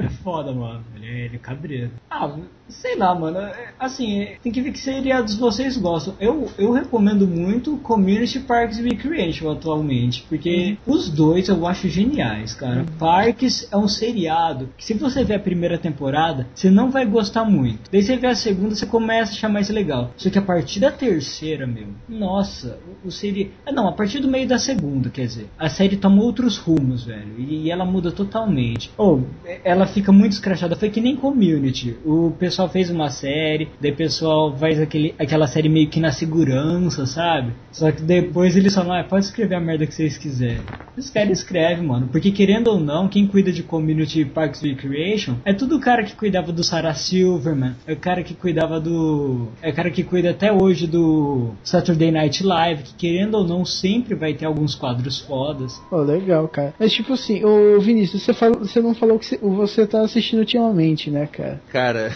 É foda, mano. Ele é, ele é cabreiro. Ah, Ah, sei lá, mano. É, Assim, é, tem que ver que seriados vocês gostam. Eu, eu recomendo muito Community Parks Recreation atualmente, porque os dois eu acho geniais, cara. Parks é um seriado que se você ver a primeira temporada, você não vai gostar muito. Daí você vê a segunda, você começa a achar mais legal. Só que a partir da terceira, meu, nossa, o, o seri... Ah, não, a partir do meio da segunda, quer dizer, a série toma outros rumos, velho, e, e ela muda totalmente. Ou, é- ela fica muito escrachada, foi que nem Community. O pessoal fez uma série, daí o pessoal faz aquele, aquela série meio que na segurança, sabe? Só que depois eles falam, ah, pode escrever a merda que vocês quiserem. Os caras escrevem, mano, porque querendo ou não, quem cuida de Community Parks Recreation é tudo o cara que cuidava do Sarah Silverman, é o cara que cuidava do... é o cara que cuida até hoje do Saturday Night Live, que querendo ou não, sempre vai ter alguns quadros fodas.
Pô, legal, cara. Mas tipo assim, ô Vinícius, você, falou- você não falou que você, você tá assistindo ultimamente, né, cara?
Cara,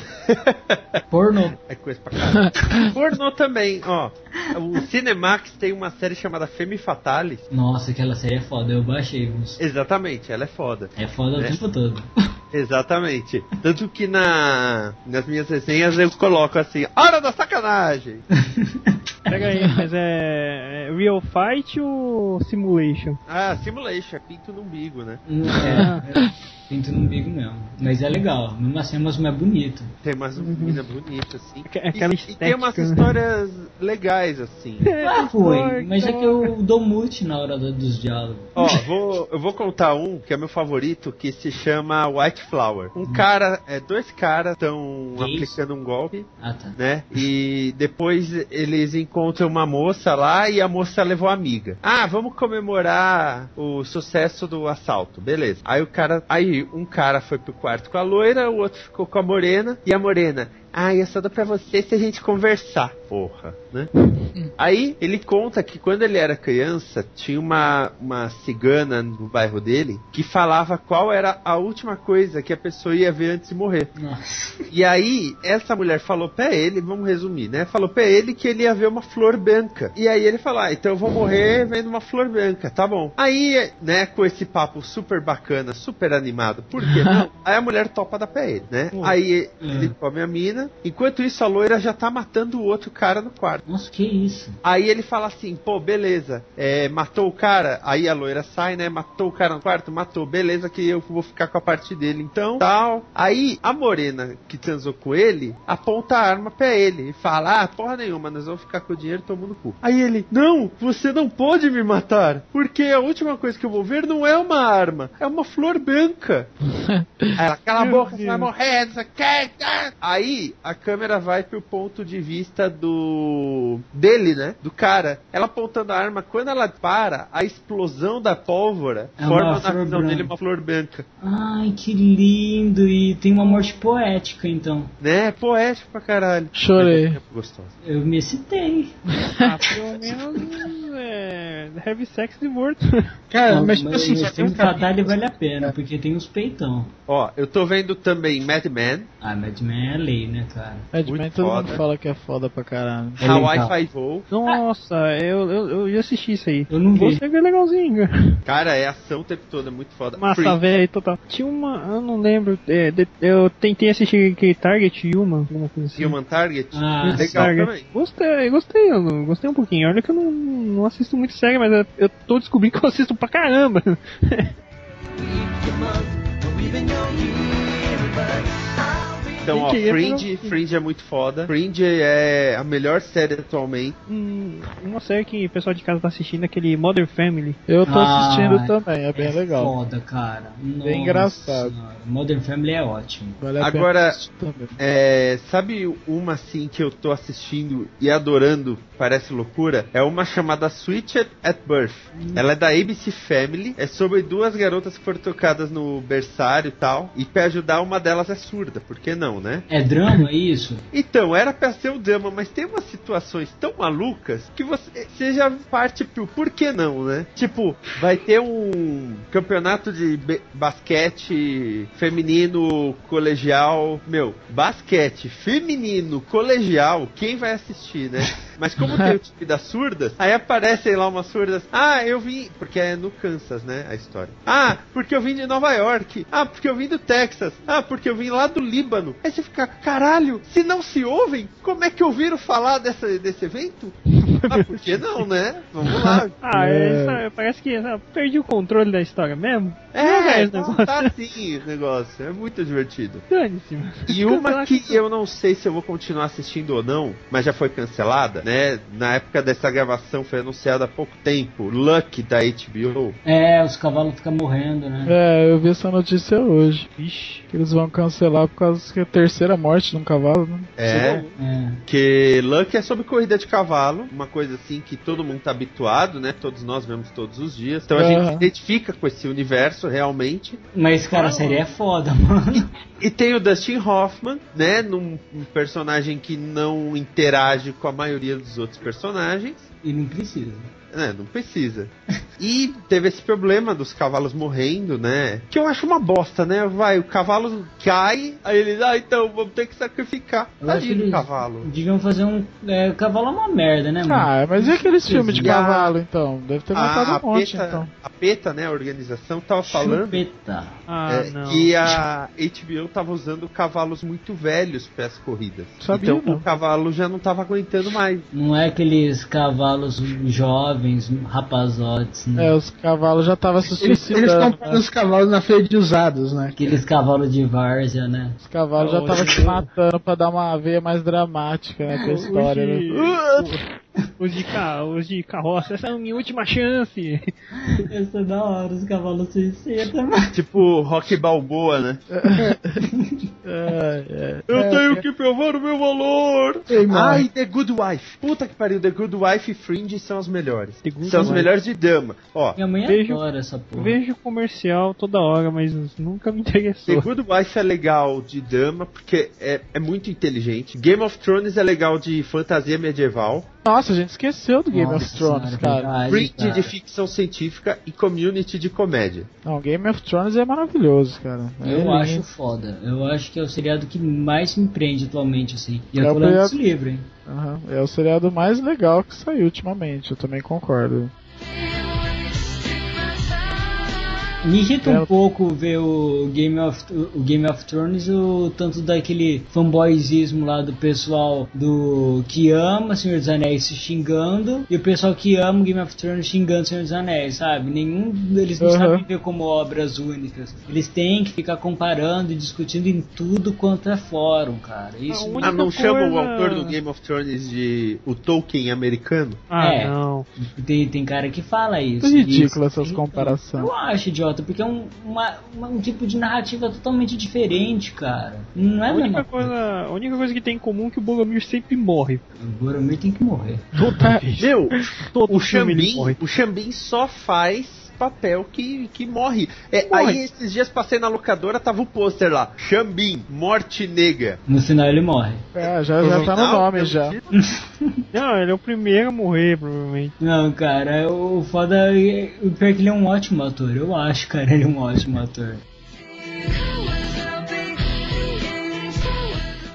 Porno.
é coisa pra caralho. Pornô também, ó. O Cinemax tem uma série chamada Femme Fatale.
Nossa, aquela série é foda, eu baixei uns.
Exatamente, ela é foda.
É foda o
É.
tempo todo.
Exatamente. Tanto que na, nas minhas resenhas eu coloco assim, hora da sacanagem.
Pega aí, mas é, é Real Fight ou Simulation?
Ah, simulation, é pinto no umbigo, né?
É, pinto no umbigo mesmo. Mas é legal, mesmo assim é umas mais bonito.
Tem umas meninas bonitas, assim.
Uhum. Aque- Aquela
e, e
estética.
tem umas
né?
histórias legais,
*laughs*
assim.
Não é ruim, mas é que eu dou mute na hora do- dos diálogos.
Ó, vou, eu vou contar um que é meu favorito, que se chama White Flower.
Uhum.
Um cara, é, dois caras estão
Que isso?
aplicando um golpe,
Ah tá.
né? E depois eles encontram uma moça lá e a moça levou a amiga. Ah, vamos comemorar o sucesso do assalto, beleza? Aí o cara, aí um cara foi pro quarto com a loira, o outro ficou com a morena e a morena. Ah, eu só dou pra você se a gente conversar. Porra, né? Aí ele conta que quando ele era criança, tinha uma, uma cigana no bairro dele que falava qual era a última coisa que a pessoa ia ver antes de morrer.
Nossa.
E aí, essa mulher falou pra ele, vamos resumir, né? Falou pra ele que ele ia ver uma flor branca. E aí ele falou, ah, então eu vou morrer vendo uma flor branca, tá bom. Aí, né, com esse papo super bacana, super animado, por que não? aí a mulher topa dar pra ele, né?
Hum.
Aí ele
Hum.
come a mina. Enquanto isso, a loira já tá matando o outro cara no quarto.
Nossa, que isso?
Aí ele fala assim, pô, beleza, é, matou o cara, aí a loira sai, né? Matou o cara no quarto, matou, beleza, que eu vou ficar com a parte dele então, tal. Aí a morena que transou com ele aponta a arma pra ele e fala: Ah, porra nenhuma, nós vamos ficar com o dinheiro tomando cu. Aí ele, não, você não pode me matar, porque a última coisa que eu vou ver não é uma arma, é uma flor branca. Aí ela, cala a
Meu
boca, você vai
Deus.
morrer, não sei o que. tá?" Aí a câmera vai pro ponto de vista do. dele, né? Do cara. Ela apontando a arma, quando ela para, a explosão da pólvora
É uma
forma na
flor
visão dele
branca.
uma flor branca.
Ai, que lindo! E tem uma morte poética então.
Né? Poético pra caralho. É
Chorei.
Gostoso.
Eu me excitei.
Ah, pelo menos é, Heavy Sex de morto. *laughs*
Cara,
Não,
mas tipo assim, só
mas
tem um né?
filme
cara.
fatal ele vale a pena, porque tem os peitão.
Ó, eu tô vendo também Madman,
Ah, Mad Men é lei, né, cara?
Mad
Muito
Men, todo mundo
foda.
fala que é foda pra caralho.
É legal.
Hawaii Five-O.
Nossa, eu, eu, eu ia assistir isso aí.
Eu não vi.
Você é legalzinho.
Cara, é ação o tempo todo, é muito foda.
Massa
Creed.
velha e total. Tinha uma, eu não lembro. é, de- eu tentei assistir aquele Target Human, alguma coisa assim.
Human é Target.
Ah,
Esse
legal
Target.
também.
Gostei, gostei, eu não- gostei um pouquinho. Olha que eu não, não assisto muito série, mas eu, eu tô descobrindo que eu assisto pra caramba.
Então, ó,
Gente, eu ia
Fringe,
falar-
Fringe é muito foda. Fringe é a melhor série atualmente.
Hum, uma série que o pessoal de casa tá assistindo, aquele Modern Family.
Eu tô
Ah,
assistindo
é-
também, é bem legal.
Foda, cara. Nossa
engraçado.
senhora. Modern Family é ótimo.
Vale a
Agora-
pena assistir também.
É, sabe uma assim que eu tô assistindo e adorando, parece loucura? É uma chamada Switched at Birth. Ela é da ABC Family, é sobre duas garotas que foram tocadas no berçário e tal. E pra ajudar, uma delas é surda, por que não, né?
É drama isso?
Então, era pra ser um drama, mas tem umas situações tão malucas que você, você já parte pro por que não, né? Tipo, vai ter um campeonato de be- basquete feminino colegial. Meu, basquete feminino colegial, quem vai assistir, né? Mas como tem o time das surdas, aí aparecem lá umas surdas. Ah, eu vim. Porque é no Kansas, né? A história. Ah, porque eu vim de Nova York. Ah, porque eu vim do Texas. Ah, porque eu vim lá do Líbano. Aí você fica, caralho, se não se ouvem, como é que ouviram falar dessa, desse evento? ah, por que não, né? Vamos lá.
Ah,
É.
é, sabe, parece que sabe, perdi o controle da história mesmo.
É,
esse
não
negócio.
tá assim o negócio. É muito divertido.
Dane-se.
E uma que eu não sei se eu vou continuar assistindo ou não, mas já foi cancelada, né? Na época dessa gravação foi anunciada há pouco tempo, Luck da HBO.
É, os cavalos ficam morrendo, né?
É, eu vi essa notícia hoje. Ixi. Que eles vão cancelar por causa que é a terceira morte de um cavalo, né?
É,
É.
que Luck é sobre corrida de cavalo, uma coisa assim que todo mundo tá habituado, né? Todos nós vemos todos os dias. Então a
Aham.
gente se identifica com esse universo realmente.
Mas, cara, a série é foda, *laughs* mano.
E tem o Dustin Hoffman, né? Num um personagem que não interage com a maioria dos outros personagens.
E não precisa.
É, não precisa. E teve esse problema dos cavalos morrendo, né? Que eu acho uma bosta, né? Vai, o cavalo cai, aí ele, ah, então vamos ter que sacrificar.
Eu acho
Tadinho do
isso.
cavalo.
Deviam fazer um. É, o cavalo é uma merda, né, mano?
Ah, mas e aqueles filmes de
E a-
cavalo, então? Deve ter matado
A, a,
um monte,
PETA,
então.
a PETA, né? A organização
tá
tava falando
Chupeta.
Ah,
É,
não.
que a HBO tava usando cavalos muito velhos para as corridas.
Sabia,
então
não.
o cavalo já não tava aguentando mais.
Não é aqueles cavalos jovens, rapazotes, né?
É, os cavalos já estavam se
Eles estão
suicidando. né?
pondo os cavalos na feira de usados, né?
Aqueles cavalos de várzea, né?
Os cavalos
Tá
já estavam se matando pra dar uma veia mais dramática, né, pra história, né?
Hoje- Os de, ca... os de carroça, essa é a minha última chance.
Essa é da hora, os cavalos suicida, mano.
Tipo Rock Balboa, né?
É, é.
Eu tenho que provar o meu valor!
Ei, mano.
Ai, The Good Wife! Puta que pariu, The Good Wife e Fringe são os melhores.
The Good
são os
Wife.
melhores de dama. Ó,
Minha mãe
Vejo-
adora essa porra.
Vejo comercial toda hora, mas nunca me
The
interessou.
Good Wife é legal de dama porque é, é muito inteligente. Game of Thrones é legal de fantasia medieval.
Nossa, a gente esqueceu do Game
Nossa
of Thrones,
senhora,
cara.
verdade,
Fringe
cara.
de ficção científica e Community de comédia.
Não, Game of Thrones é maravilhoso, cara. É
Eu
lindo.
acho foda. Eu acho que é o seriado que mais me prende atualmente, assim. E
É
eu
o
tô lendo
seriado-
esse livro, hein?
Aham, É o seriado mais legal que saiu ultimamente, eu também concordo.
Me irrita
Belo.
um pouco ver o Game of, o Game of Thrones, o tanto daquele fanboyzismo lá do pessoal do que ama Senhor dos Anéis se xingando e o pessoal que ama o Game of Thrones xingando Senhor dos Anéis, sabe? Nenhum deles não
Aham.
sabem ver como obras únicas. Eles têm que ficar comparando e discutindo em tudo quanto é fórum, cara. Isso
única
Ah, não chama o
coisa-
autor do Game of Thrones de o Tolkien americano?
Ah,
É.
não.
Tem, tem cara que fala isso.
Muito ridículo
isso.
essas comparações.
Eu acho idiota, porque é um, uma- uma- um tipo de narrativa totalmente diferente, cara. Não é
A
a mesma
única,
coisa.
coisa, a única coisa que tem em comum é que o Boromir sempre morre.
O Boromir tem que morrer.
Toda vez.
tá- Meu,
Todo
O
filme ele
Xambim,
morre.
o Xambim só faz papel que, que morre. É,
Morre.
Aí esses dias passei na locadora, tava o pôster lá. Xambim, morte nega.
No final ele morre.
É, já,
Uhum.
já tá no
Não,
nome
eu-
já.
Não, ele é o primeiro a morrer, provavelmente.
Não, cara, o foda é. O pior é que ele é um ótimo ator. Eu acho, cara, ele é um ótimo ator.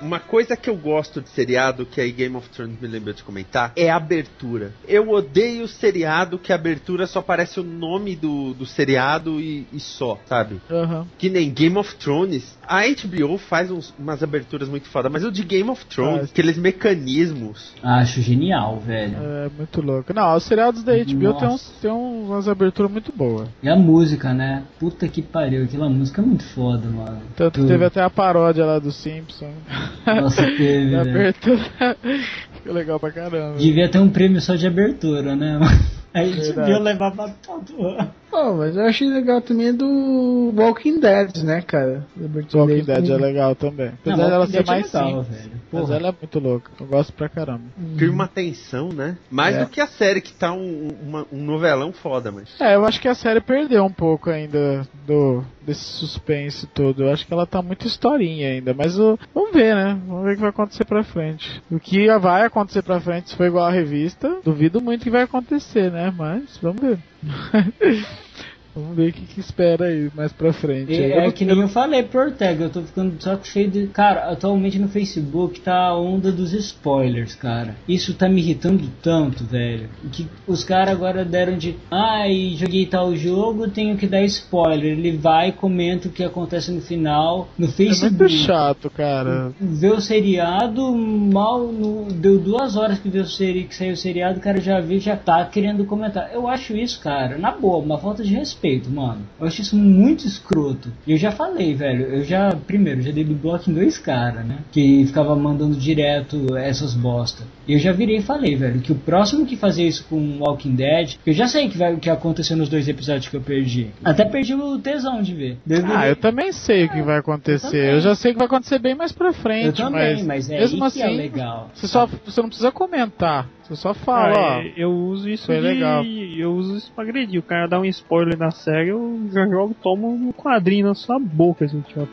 Uma coisa que eu gosto de seriado, que aí Game of Thrones me lembrou de comentar, é a abertura. Eu odeio seriado que a abertura só aparece o nome do, do seriado e, e só, sabe?
Aham.
Que nem Game of Thrones. A HBO faz uns- umas aberturas muito foda, mas o de Game of Thrones,
Faz.
aqueles mecanismos.
Acho genial, velho.
É muito louco. Não, os seriados da HBO tem, uns,
Nossa.
tem uns- umas aberturas muito boas.
E a música, né? Puta que pariu, aquela música é muito foda, mano.
Tanto que
Tudo.
teve até a paródia lá do Simpson. *laughs*
Nossa, teve,
Da
velho.
abertura. *laughs* Ficou legal pra caramba.
Devia ter um prêmio só de abertura, né? *laughs* Aí
Verdade.
devia levar pra todo ano.
Pô, mas eu achei legal também do Walking Dead, né, cara? Do né? Bert
Walking
Lake.
Dead é legal também.
assim- Não,
Apesar dela
Walking
ser
Dead é
mais
legal,
simples.
velho.
Mas
Porra.
ela é muito louca. Eu gosto pra caramba.
Cria uma tensão, né? Mais
É.
do que a série, que tá um, uma- um novelão foda, mas.
É, eu acho que a série perdeu um pouco ainda do desse suspense todo. Eu acho que ela tá muito historinha ainda, mas o- vamos ver, né? Vamos ver o que vai acontecer pra frente. O que vai acontecer pra frente, se for igual a revista, duvido muito que vai acontecer, né? Mas vamos ver. *laughs* Vamos ver o que, que espera aí mais pra frente.
É,
Eu não-
é que nem eu falei pro Ortega, eu tô ficando só cheio de. Cara, atualmente no Facebook tá a onda dos spoilers, cara. Isso tá me irritando tanto, velho. Que os caras agora deram de. Ai, joguei tal jogo, tenho que dar spoiler. Ele vai e comenta o que acontece no final no
É
Facebook.
muito chato, cara.
Ver o seriado, mal no- deu duas horas que, deu o seri, que saiu o seriado, o cara já viu, já tá querendo comentar. Eu acho isso, cara, na boa, uma falta de respeito, mano. Eu acho isso muito escroto. E eu já falei, velho, eu já, primeiro, já dei do bloco em dois caras, né? Que ficava mandando direto essas bosta. E eu já virei e falei, velho, que o próximo que fazer isso com Walking Dead, eu já sei que vai, o que aconteceu nos dois episódios que eu perdi. Até perdi o tesão de ver. Eu
Ah,
virei-
eu também sei o que vai
É, eu
acontecer.
também.
Eu já sei que vai acontecer bem mais pra frente.
eu também, mas, é
mesmo
aí que
assim,
é legal.
Você, só, você não precisa comentar. Você só
Ah,
fala, ó.
é, eu uso isso
Foi
de-
legal.
Eu uso isso pra agredir. O cara dá um spoiler na série, eu já jogo, tomo um quadrinho na sua boca, assim, tipo.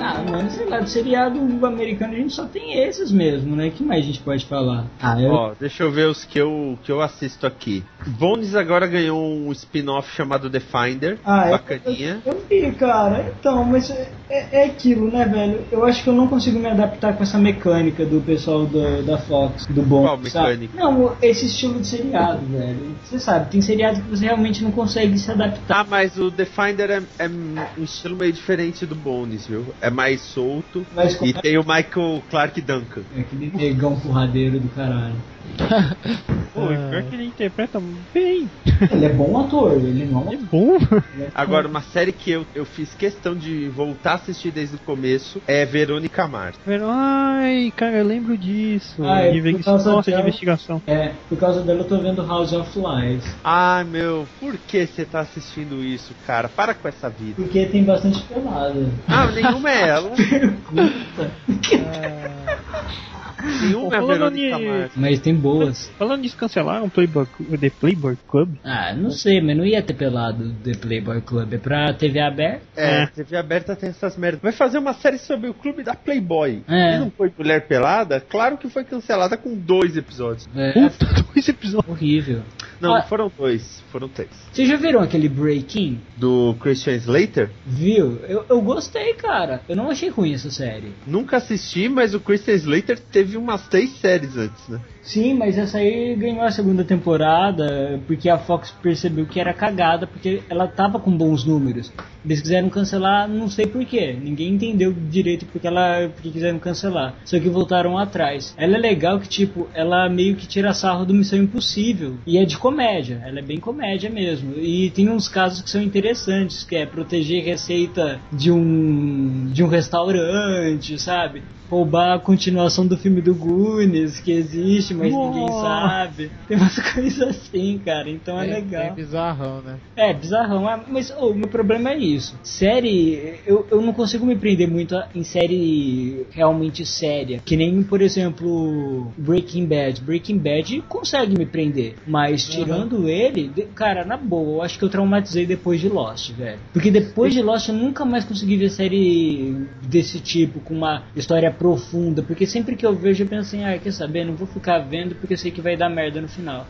Ah, mano, sei lá, do seriado americano a gente só tem esses mesmo, né? que mais a gente pode falar? Ah, eu.
Ó, deixa eu ver os que eu, que eu assisto aqui. Bones agora ganhou um spin-off chamado The Finder.
Ah, é?
bacaninha.
Eu vi, cara, então, mas é, é aquilo, né, velho? Eu acho que eu não consigo me adaptar com essa mecânica do pessoal da- da Fox, do bom.
Qual mecânica?
Não, esse estilo de seriado, velho. Você sabe, tem seriado que você realmente não consegue se adaptar.
Ah, mas o The Finder é, é um estilo meio diferente do Bones, viu? É mais solto.
Mas como
E tem o Michael Clark Duncan.
é aquele negão porradeiro do caralho.
Pô, e
É.
pior que ele interpreta bem.
Ele é bom ator, ele não um
É bom. *laughs*
Agora, uma série que eu, eu fiz questão de voltar a assistir desde o começo é Verônica Mars.
Ai, cara, eu lembro disso.
Ah, é,
De inve-
por causa
Nossa, de
dela.
investigação.
é. Por causa dela eu tô vendo House of Lies.
Ai meu, por que você tá assistindo isso, cara? Para com essa vida.
Porque tem bastante pelada.
Ah, nenhuma é ela. nenhuma é a
Ô,
Verônica
Doni.
Mars.
Mas tem boas.
Falando disso, cancelaram Playboy, The Playboy Club?
Ah, não sei, mas não ia ter pelado The Playboy Club. É pra TV aberta?
É, TV aberta tem essas merdas. Vai fazer uma série sobre o clube da Playboy.
É.
E não foi Mulher Pelada? Claro que foi cancelada com dois episódios.
É
Puta, *laughs* dois episódios.
horrível.
Não,
Ah.
foram dois, foram três.
Vocês já viram aquele Breaking?
Do Christian Slater?
Viu? Eu, eu gostei, cara. Eu não achei ruim essa série.
Nunca assisti, mas o Christian Slater teve umas seis séries antes, né?
Sim, mas essa aí ganhou a segunda temporada porque a Fox percebeu que era cagada, porque ela tava com bons números. Eles quiseram cancelar, não sei porquê. Ninguém entendeu direito porque ela porque quiseram cancelar. Só que voltaram atrás. Ela é legal que, tipo, ela meio que tira sarro do Missão Impossível. E é de comédia. Ela é bem comédia mesmo. E tem uns casos que são interessantes, que é proteger receita de um de um restaurante, sabe? Roubar a continuação do filme do Goonies, que existe, mas ninguém
Nossa.
sabe. Tem umas *laughs* coisas assim, cara. Então é, legal.
bem bizarrão, né?
É, bizarrão, ah, mas o meu problema é isso. Série, eu, eu não consigo me prender muito a- em série realmente séria. Que nem, por exemplo, Breaking Bad. Breaking Bad consegue me prender, mas tirando ele, de- cara, na boa, eu acho que eu traumatizei depois de Lost, velho. Porque depois de Lost eu nunca mais consegui ver série desse tipo, com uma história profunda. Porque sempre que eu vejo eu penso assim, ah, quer saber, não vou ficar vendo porque eu sei que vai dar merda no final.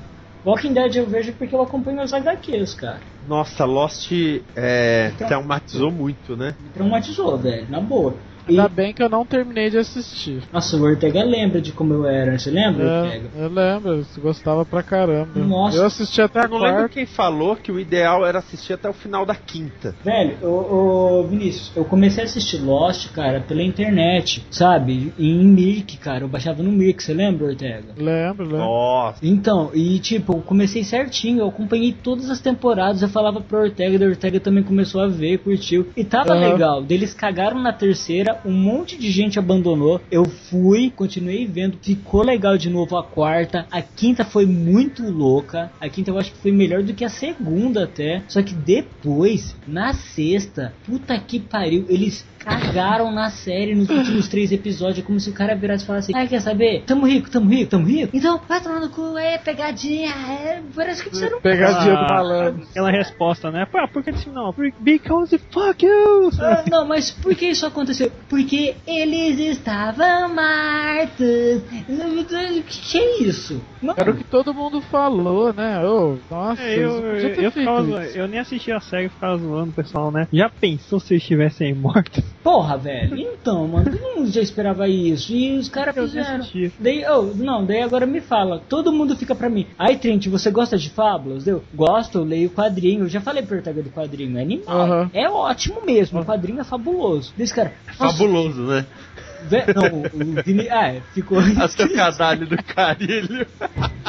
Walking Dead eu vejo porque eu acompanho as HQs, cara.
Nossa, Lost é, traumatizou muito, né?
Me traumatizou, velho, na boa. E,
Ainda bem que eu não terminei de assistir.
nossa, o Ortega lembra de como eu era, você lembra, Ortega?
É, eu lembro, eu gostava pra caramba.
Nossa.
Eu assisti até a
Eu não lembro
quarta.
quem falou que o ideal era assistir até o final da quinta.
Velho, ô, ô, Vinícius, eu comecei a assistir Lost, cara, pela internet, sabe? Em Mirk, cara, eu baixava no Mirk, você lembra, Ortega?
Lembro, lembro.
Nossa.
Então, e tipo, eu comecei certinho, eu acompanhei todas as temporadas, eu falava pro Ortega, da Ortega também começou a ver, curtiu. E tava
Aham.
legal. Deles cagaram na terceira, um monte de gente abandonou. Eu fui, continuei vendo, ficou legal de novo a quarta. A quinta foi muito louca. A quinta eu acho que foi melhor do que a segunda até. Só que depois, na sexta, puta que pariu, eles cagaram na série nos últimos três episódios. É como se o cara virasse e falasse: Ah, quer saber? Tamo rico, tamo rico, tamo rico. Então, vai tomar no cu, é pegadinha, é. Parece que você não.
Pegadinha
Ah,
do malandro.
Aquela resposta, né? Pá, por que disse não? Por- Because fuck you!
Ah, não, mas por que isso aconteceu? Porque eles estavam mortos. O que é isso? Não.
Era o que todo mundo falou, né? Ô, nossa,
É, eu, eu, eu,
justifica
ficava
isso.
zoando- eu nem assisti a série, eu ficava zoando o pessoal, né? Já pensou se eles estivessem mortos?
Porra, velho. Então, mano, todo mundo já esperava isso. E os caras
Eu nem
fizeram.
assisti.
Daí, oh, não, daí agora me fala. Todo mundo fica pra mim. Aí, Trent, você gosta de fábulas? Eu gosto, eu leio quadrinho. Eu já falei pro Ortega do quadrinho. É animal.
Aham.
É ótimo mesmo. O quadrinho é fabuloso. Desse cara. nossa,
Fabuloso, *laughs* né?
Vé... Não, o, o Vini. Ah, é, ficou.
As trocadalho do carilho.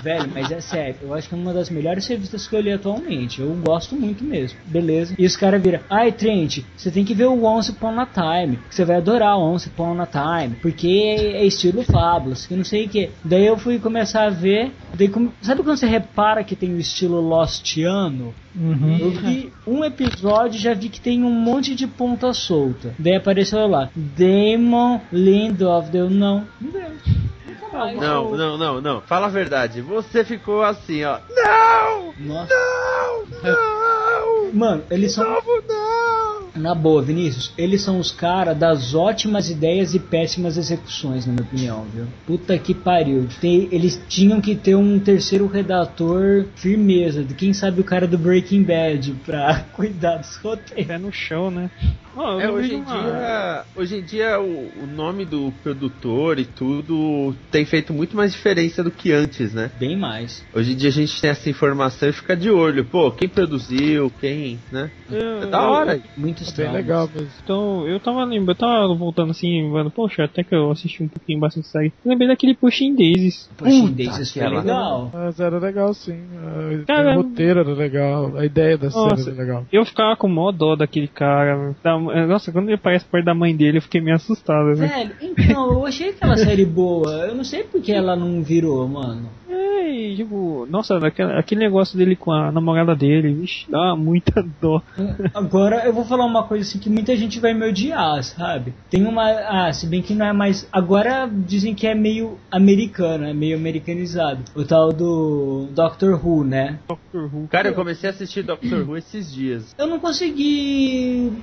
Velho, mas é sério, eu acho que é uma das melhores revistas que eu li atualmente. Eu gosto muito mesmo, beleza? E os caras viram, ai Trent, você tem que ver o Once Upon a Time, que você vai adorar o Once Upon a Time, porque é estilo Fábulas, que não sei o que. Daí eu fui começar a ver, daí come- sabe quando você repara que tem o estilo Lostiano? Eu vi um episódio e já vi que tem um monte de ponta solta. Daí apareceu lá, Damon Lindelof, deu não. Não deu. Nunca
é
mais.
um
Não, não, não, não. Fala a verdade. Você ficou assim, ó.
Nossa.
Não! Não!
Mano, eles são.
Novo não!
Na boa, Vinícius, eles são os caras das ótimas ideias e péssimas execuções, na minha opinião, viu? Puta que pariu. Tem- eles tinham que ter um terceiro redator firmeza, de quem sabe o cara do Breaking Bad, pra *laughs* cuidar dos roteiros.
Pé no chão, né? Ó, *laughs* eu
É,
vi
hoje em
uma-
dia, hoje em dia o, o nome do produtor e tudo tem feito muito mais diferença do que antes, né?
Bem mais.
Hoje em dia a gente tem essa informação e fica de olho. Pô, quem produziu, quem, né?
Eu-
É da hora.
Muito
É bem
estranho.
legal mesmo.
Então, eu tava lembrando, eu tava voltando assim, mano, poxa, até que eu assisti um pouquinho bastante série. Eu Lembrei daquele Pushing Daisies.
Puxa, Daisies foi
que ela-
legal.
Mas era legal sim.
é,
Ah,
Cara,
o roteiro era legal, a ideia da série
Nossa.
era legal.
Eu ficava com mó dó daquele cara. da- nossa, quando ele aparece perto da mãe dele, eu fiquei meio assustado. Assim.
Velho, então, eu achei aquela série boa. Eu não sei porque ela não virou, mano.
É, e, tipo, nossa, aquele, aquele negócio dele com a namorada dele, vixe, dá muita *laughs* dó.
Agora eu vou falar uma coisa assim que muita gente vai me odiar, sabe? Tem uma. Ah, se bem que não é mais. Agora dizem que é meio americano, é meio americanizado. O tal do Doctor Who, né?
Cara, eu comecei a assistir Doctor Who esses dias.
Eu não consegui.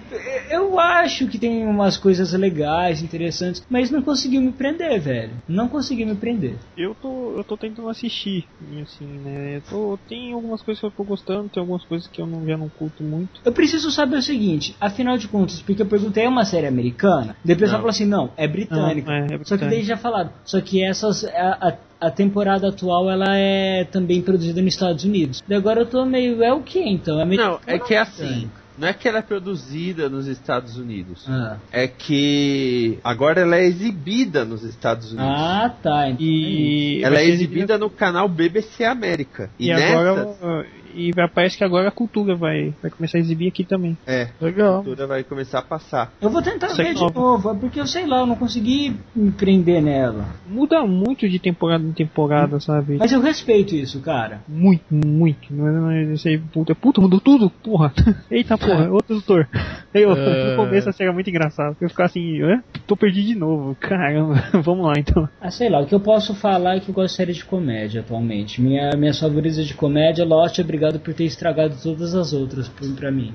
Eu acho que tem umas coisas legais, interessantes, mas não conseguiu me prender, velho. Não conseguiu me prender.
Eu tô, eu tô tentando assistir, assim, né? Eu tô, tem algumas coisas que eu tô gostando, tem algumas coisas que eu não, já não curto muito.
Eu preciso saber o seguinte, afinal de contas, porque eu perguntei, é uma série americana? Daí o pessoal
Não.
falou assim, não, é britânica.
Não, é, é
Só que
britânica.
daí já falaram. Só que essas, a, a, a temporada atual, ela é também produzida nos Estados Unidos. Daí agora eu tô meio, é o que então? É meio...
Não, é que é assim. Não é que ela é produzida nos Estados Unidos.
Ah,
É que agora ela é exibida nos Estados Unidos.
Ah, tá. então é isso.
E
Ela
vai
é
ser
exibida no canal BBC América.
E,
E, nessas,
agora. E vai- parece que agora a cultura vai, vai começar a exibir aqui também.
é, a
Legal.
cultura vai começar a passar.
Eu vou tentar
Isso é
ver de
novo.
novo, é porque eu sei lá, eu não consegui me prender nela.
Muda muito de temporada em temporada, sabe?
Mas eu respeito isso, cara.
Muito, muito. Não, não, não sei, puta, puta, mudou tudo? Porra. *laughs* Eita porra, outro tutor. Eu,
É.
No começo achei muito engraçado. Eu ficava assim, Hã? tô perdido de novo. Caramba, *laughs* vamos lá então.
Ah, sei lá, o que eu posso falar é que eu gosto de série de comédia atualmente. Minha, minhas favoritas de comédia, Lost, obrigado por ter estragado todas as outras pra, pra mim.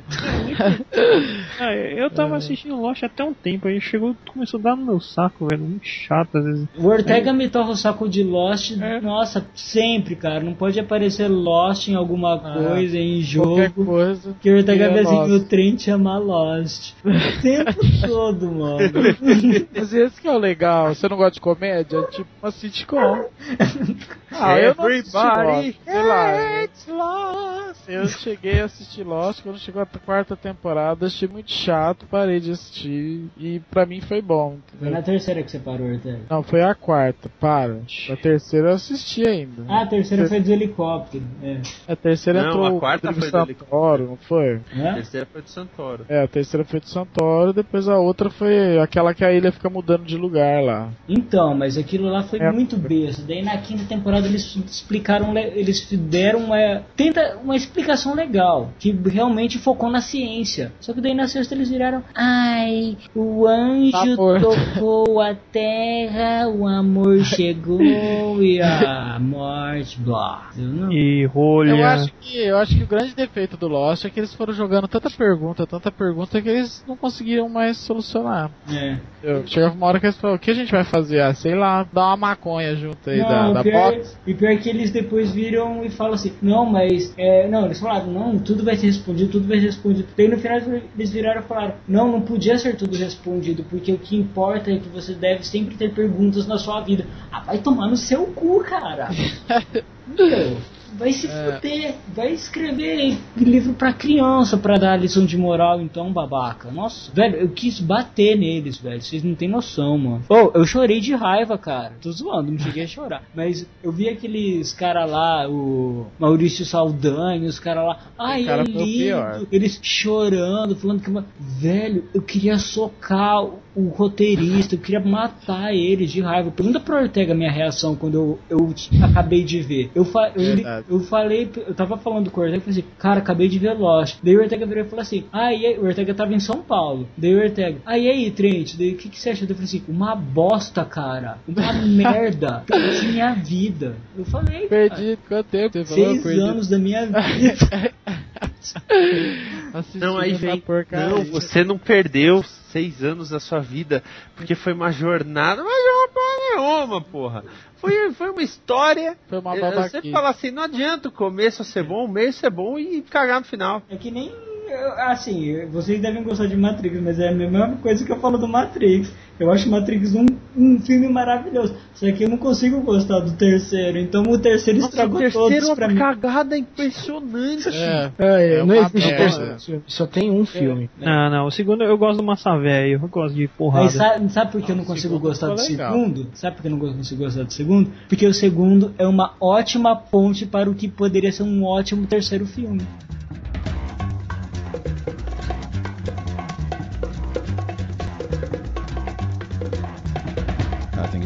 Ah, eu tava assistindo Lost até um tempo, aí chegou, começou a dar no meu saco, velho. Muito chato às vezes.
O Ortega me torra o saco de Lost,
É.
nossa, sempre, cara. Não pode aparecer Lost em alguma coisa, em
Ah, Qualquer
jogo.
coisa.
Que o Ortega
É
vê assim que
Lost.
o trem chama Lost. O
*laughs*
tempo todo, mano.
Mas esse que é o legal. Você não gosta de comédia? É tipo uma sitcom. Ah, eu não assisti Lost, sei lá. Eu cheguei a assistir Lost quando chegou a quarta temporada, achei muito chato, parei de assistir e pra mim foi bom.
Foi
entendeu?
na terceira que você parou, Ortega.
Não, foi a quarta, para. A terceira eu assisti ainda.
Ah, a terceira foi do helicóptero. É.
A terceira
Não,
entrou
a
o
quarta
Rodrigo
foi do
Santoro, não foi?
A
Hã?
terceira foi do Santoro.
É, a terceira foi do Santoro, depois a outra foi aquela que a ilha fica mudando de lugar lá.
Então, mas aquilo lá foi
É.
muito besta. Daí na quinta temporada eles explicaram, le- eles deram uma tenta uma es- explicação legal, que realmente focou na ciência. Só que daí na sexta eles viraram, ai, o anjo
Tá morto."
tocou a terra, o
*laughs*
amor chegou e a morte, blá. Eu não-
E
Eu
rolha.
acho, que, eu acho que o grande defeito do Lost é que eles foram jogando tanta pergunta, tanta pergunta, que eles não conseguiram mais solucionar.
É.
Eu, chegava uma hora que eles falaram, o que a gente vai fazer? Ah, sei lá, dá uma maconha junto aí
Não,
da, da
o pior,
box.
e pior que eles depois viram e falam assim, não, mas é, não, eles falaram, não, tudo vai ser respondido, tudo vai ser respondido. Daí no final eles viraram e falaram, não, não podia ser tudo respondido, porque o que importa é que você deve sempre ter perguntas na sua vida. Ah, vai tomar no seu cu, cara. Meu, vai se
É.
fuder, vai escrever livro pra criança pra dar lição de moral, então, babaca. Nossa, velho, eu quis bater neles, velho. Vocês não têm noção, mano. Ô, eu chorei de raiva, cara. Tô zoando, não cheguei a chorar. Mas eu vi aqueles cara lá, o Maurício Saldanha, os cara lá. Ai,
cara
é
foi o pior.
lindo. Eles chorando, falando que. Velho, eu queria socar o o roteirista, eu queria matar ele de raiva. Pergunta pro Ortega a minha reação quando eu, eu acabei de ver. Eu, fa eu, li-
Verdade.
eu falei, eu tava falando com o Ortega, eu falei assim, cara, acabei de ver Lost. Daí o Ortega virou e falou assim, ah, e aí? O Ortega tava em São Paulo. Daí o Ortega, ah, e aí, Trent? Daí o que, que você achou? Daí eu falei assim, uma bosta, cara.
*laughs*
Uma merda. Perdi minha vida. Eu falei, cara,
Perdi quanto tempo? Você falou,
Seis
perdi.
anos da minha vida.
Assistindo
Não, aí vem.
essa porcaria.
Não, você não perdeu seis anos da sua vida, porque foi uma jornada. Mas é uma porra nenhuma, porra. Foi, foi uma história.
Foi uma
Eu- eu sempre
babaquinha.
falo assim, não adianta o começo ser bom, o meio ser bom e cagar no final.
É que nem. eu- Assim, vocês devem gostar de Matrix, mas é a mesma coisa que eu falo do Matrix. Eu acho Matrix um, um filme maravilhoso. Só que eu não consigo gostar do terceiro. Então o terceiro
Nossa, o
estragou
terceiro
todos
é
pra
uma
mim.
cagada impressionante.
É,
É,
É
não
uma
existe
merda.
terceiro filme, só tem um filme.
Não, não. O segundo eu gosto do Massa Velho. Eu gosto de porrada.
Aí sabe, sabe por que eu não
o
consigo
segundo
gostar do
ficou legal.
segundo? Sabe por que eu não consigo gostar do segundo? Porque o segundo é uma ótima ponte para o que poderia ser um ótimo terceiro filme.
I think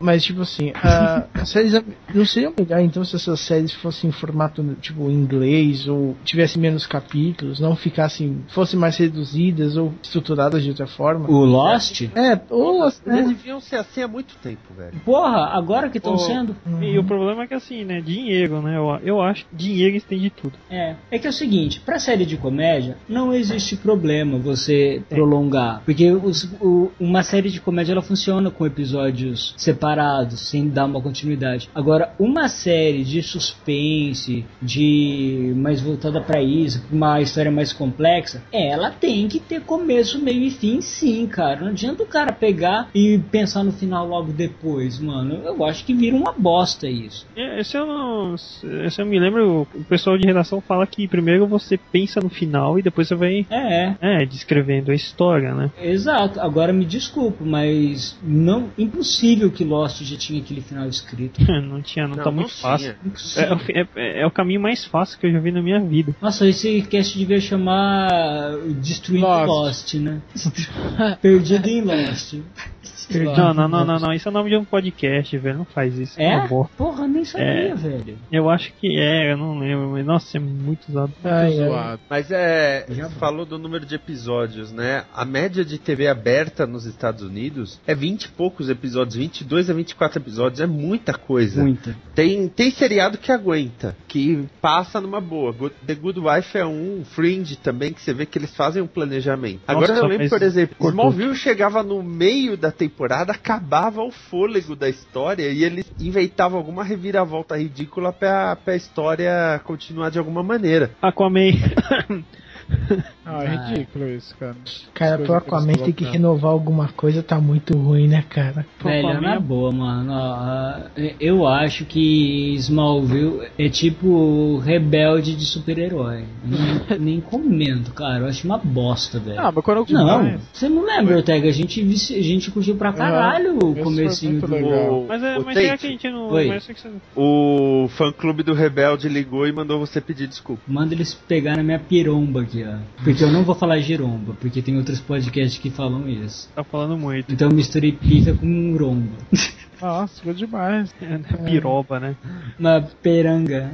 Mas, tipo assim, a- *laughs* as séries. Não seria melhor então se essas séries fossem em formato tipo em inglês ou tivessem menos capítulos, não ficassem. fossem mais reduzidas ou estruturadas de outra forma?
O Lost?
É, ou as-
Eles
né?
deviam ser assim há muito tempo, velho.
Porra, agora que estão
Ô.
sendo?
E o problema é que assim, né? Dinheiro, né? Eu, eu acho que dinheiro estende tudo.
É, é que é o seguinte, pra série de comédia não existe problema você prolongar, porque os- o- uma série de comédia ela funciona com episódios separados, sem dar uma continuidade. Agora, uma série de suspense, de mais voltada pra isso, pra uma história mais complexa, é, ela tem que ter começo, meio e fim, sim, cara. Não adianta o cara pegar e pensar no final logo depois, mano. Eu acho que vira uma bosta isso.
É, se eu não. Se se eu me lembro, o pessoal de redação fala que primeiro você pensa no final e depois você vai.
É,
É, descrevendo a história, né? *laughs*
Exato, agora me desculpa, mas não impossível que Lost já tinha aquele final escrito.
Não tinha, não, tá muito fácil. É,
Impossível.
o fi- é- é- é o caminho mais fácil que eu já vi na minha vida.
Nossa, esse cast devia chamar Destruindo Lost,
Lost.
né? *laughs* Perdido em Lost.
Não, não, não, não, não. Isso é o nome de um podcast, velho. Não faz isso.
É?
por favor.
Porra, nem sabia,
Tá É.
velho.
Eu acho que é, eu não lembro, mas nossa, é muito usado.
Ai, ai.
zoado.
Mas é.
Já
você falou do número de episódios, né? A média de TV aberta nos Estados Unidos é 20 e poucos episódios, 22 a 24 episódios, é muita coisa.
Muita.
Tem, tem seriado que aguenta, que passa numa boa. Good- The Good Wife é um, Fringe também, que você vê que eles fazem um planejamento. Agora eu
só
lembro,
fez-
por exemplo,
cortou.
Smallville chegava no meio da temporada, acabava o fôlego da história e eles inventavam alguma reviravolta ridícula pra, pra história continuar de alguma maneira.
Aquaman.
Ah, é
Ah.
ridículo isso, cara.
Cara, tô
As coisas que
com a
eles
mente tem que
colocam.
renovar alguma coisa, tá muito ruim, né, cara?
Velho, é na boa, mano. Ah, Eu acho que Smallville é tipo rebelde de super-herói. Nem, nem comento, cara. Eu acho uma bosta, velho.
Ah, mas quando eu
Não, você não lembra, Ortega? A gente, vici- a gente curtiu
É.
pra caralho o
Esse foi
comecinho
muito
do.
legal.
O-
Mas é,
o
mas é
Tate,
que a gente não.
Oi.
Mas é que você-
O fã clube do Rebelde ligou e mandou você pedir desculpa.
Manda eles pegar na minha piromba aqui, ó. misturando. Porque eu não vou falar giromba, porque tem outros podcasts que falam isso.
Tá falando muito.
Então eu misturei pica com romba.
Nossa, ficou demais.
*laughs* Piroba, né?
Uma peranga.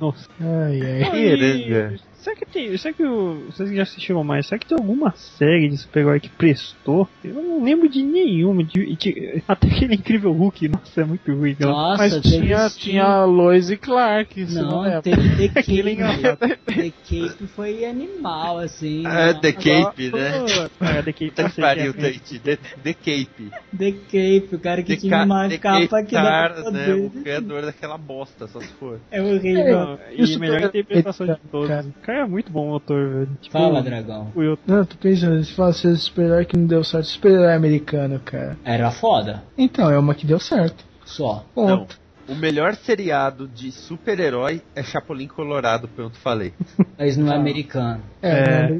Nossa.
Ai, ai.
Piranga.
Será que é tem. Será que o, vocês que já assistiram mais? Será que tem alguma série de super-herói que prestou? Eu não lembro de nenhuma. de- de- até aquele incrível Hulk, nossa, é muito ruim. aquela-
Nossa,
Mas
teve
tinha,
sim.
tinha Lois e Clark, se não, é
Não,
né? *laughs*
lembra.
teve The
Aquele
Cape. The Cape foi animal, assim.
Ah,
né?
The Cape, né?
Pô, cara, daquele
Puta que
cacete,
pariu,
né?
Tate. The, the Cape.
The Cape, o cara que
The,
tinha
ca
uma
the
capa
Cape
que dava pra
Star, né? O
dele.
criador daquela bosta, só se for.
É horrível.
Não, E a
Isso
melhor
tá-
interpretação de todos.
cara.
O cara é muito bom motor, velho. Tipo,
Fala, dragão.
o Yoto.
Não, eu tô pensando, você fala assim, super-herói que não deu certo, super-herói americano, cara.
Era foda.
Então, é uma que deu certo.
Só.
Não.
Ponto.
Então, O melhor seriado de super-herói é Chapolin Colorado, pronto, falei.
Mas não é americano.
É.
É,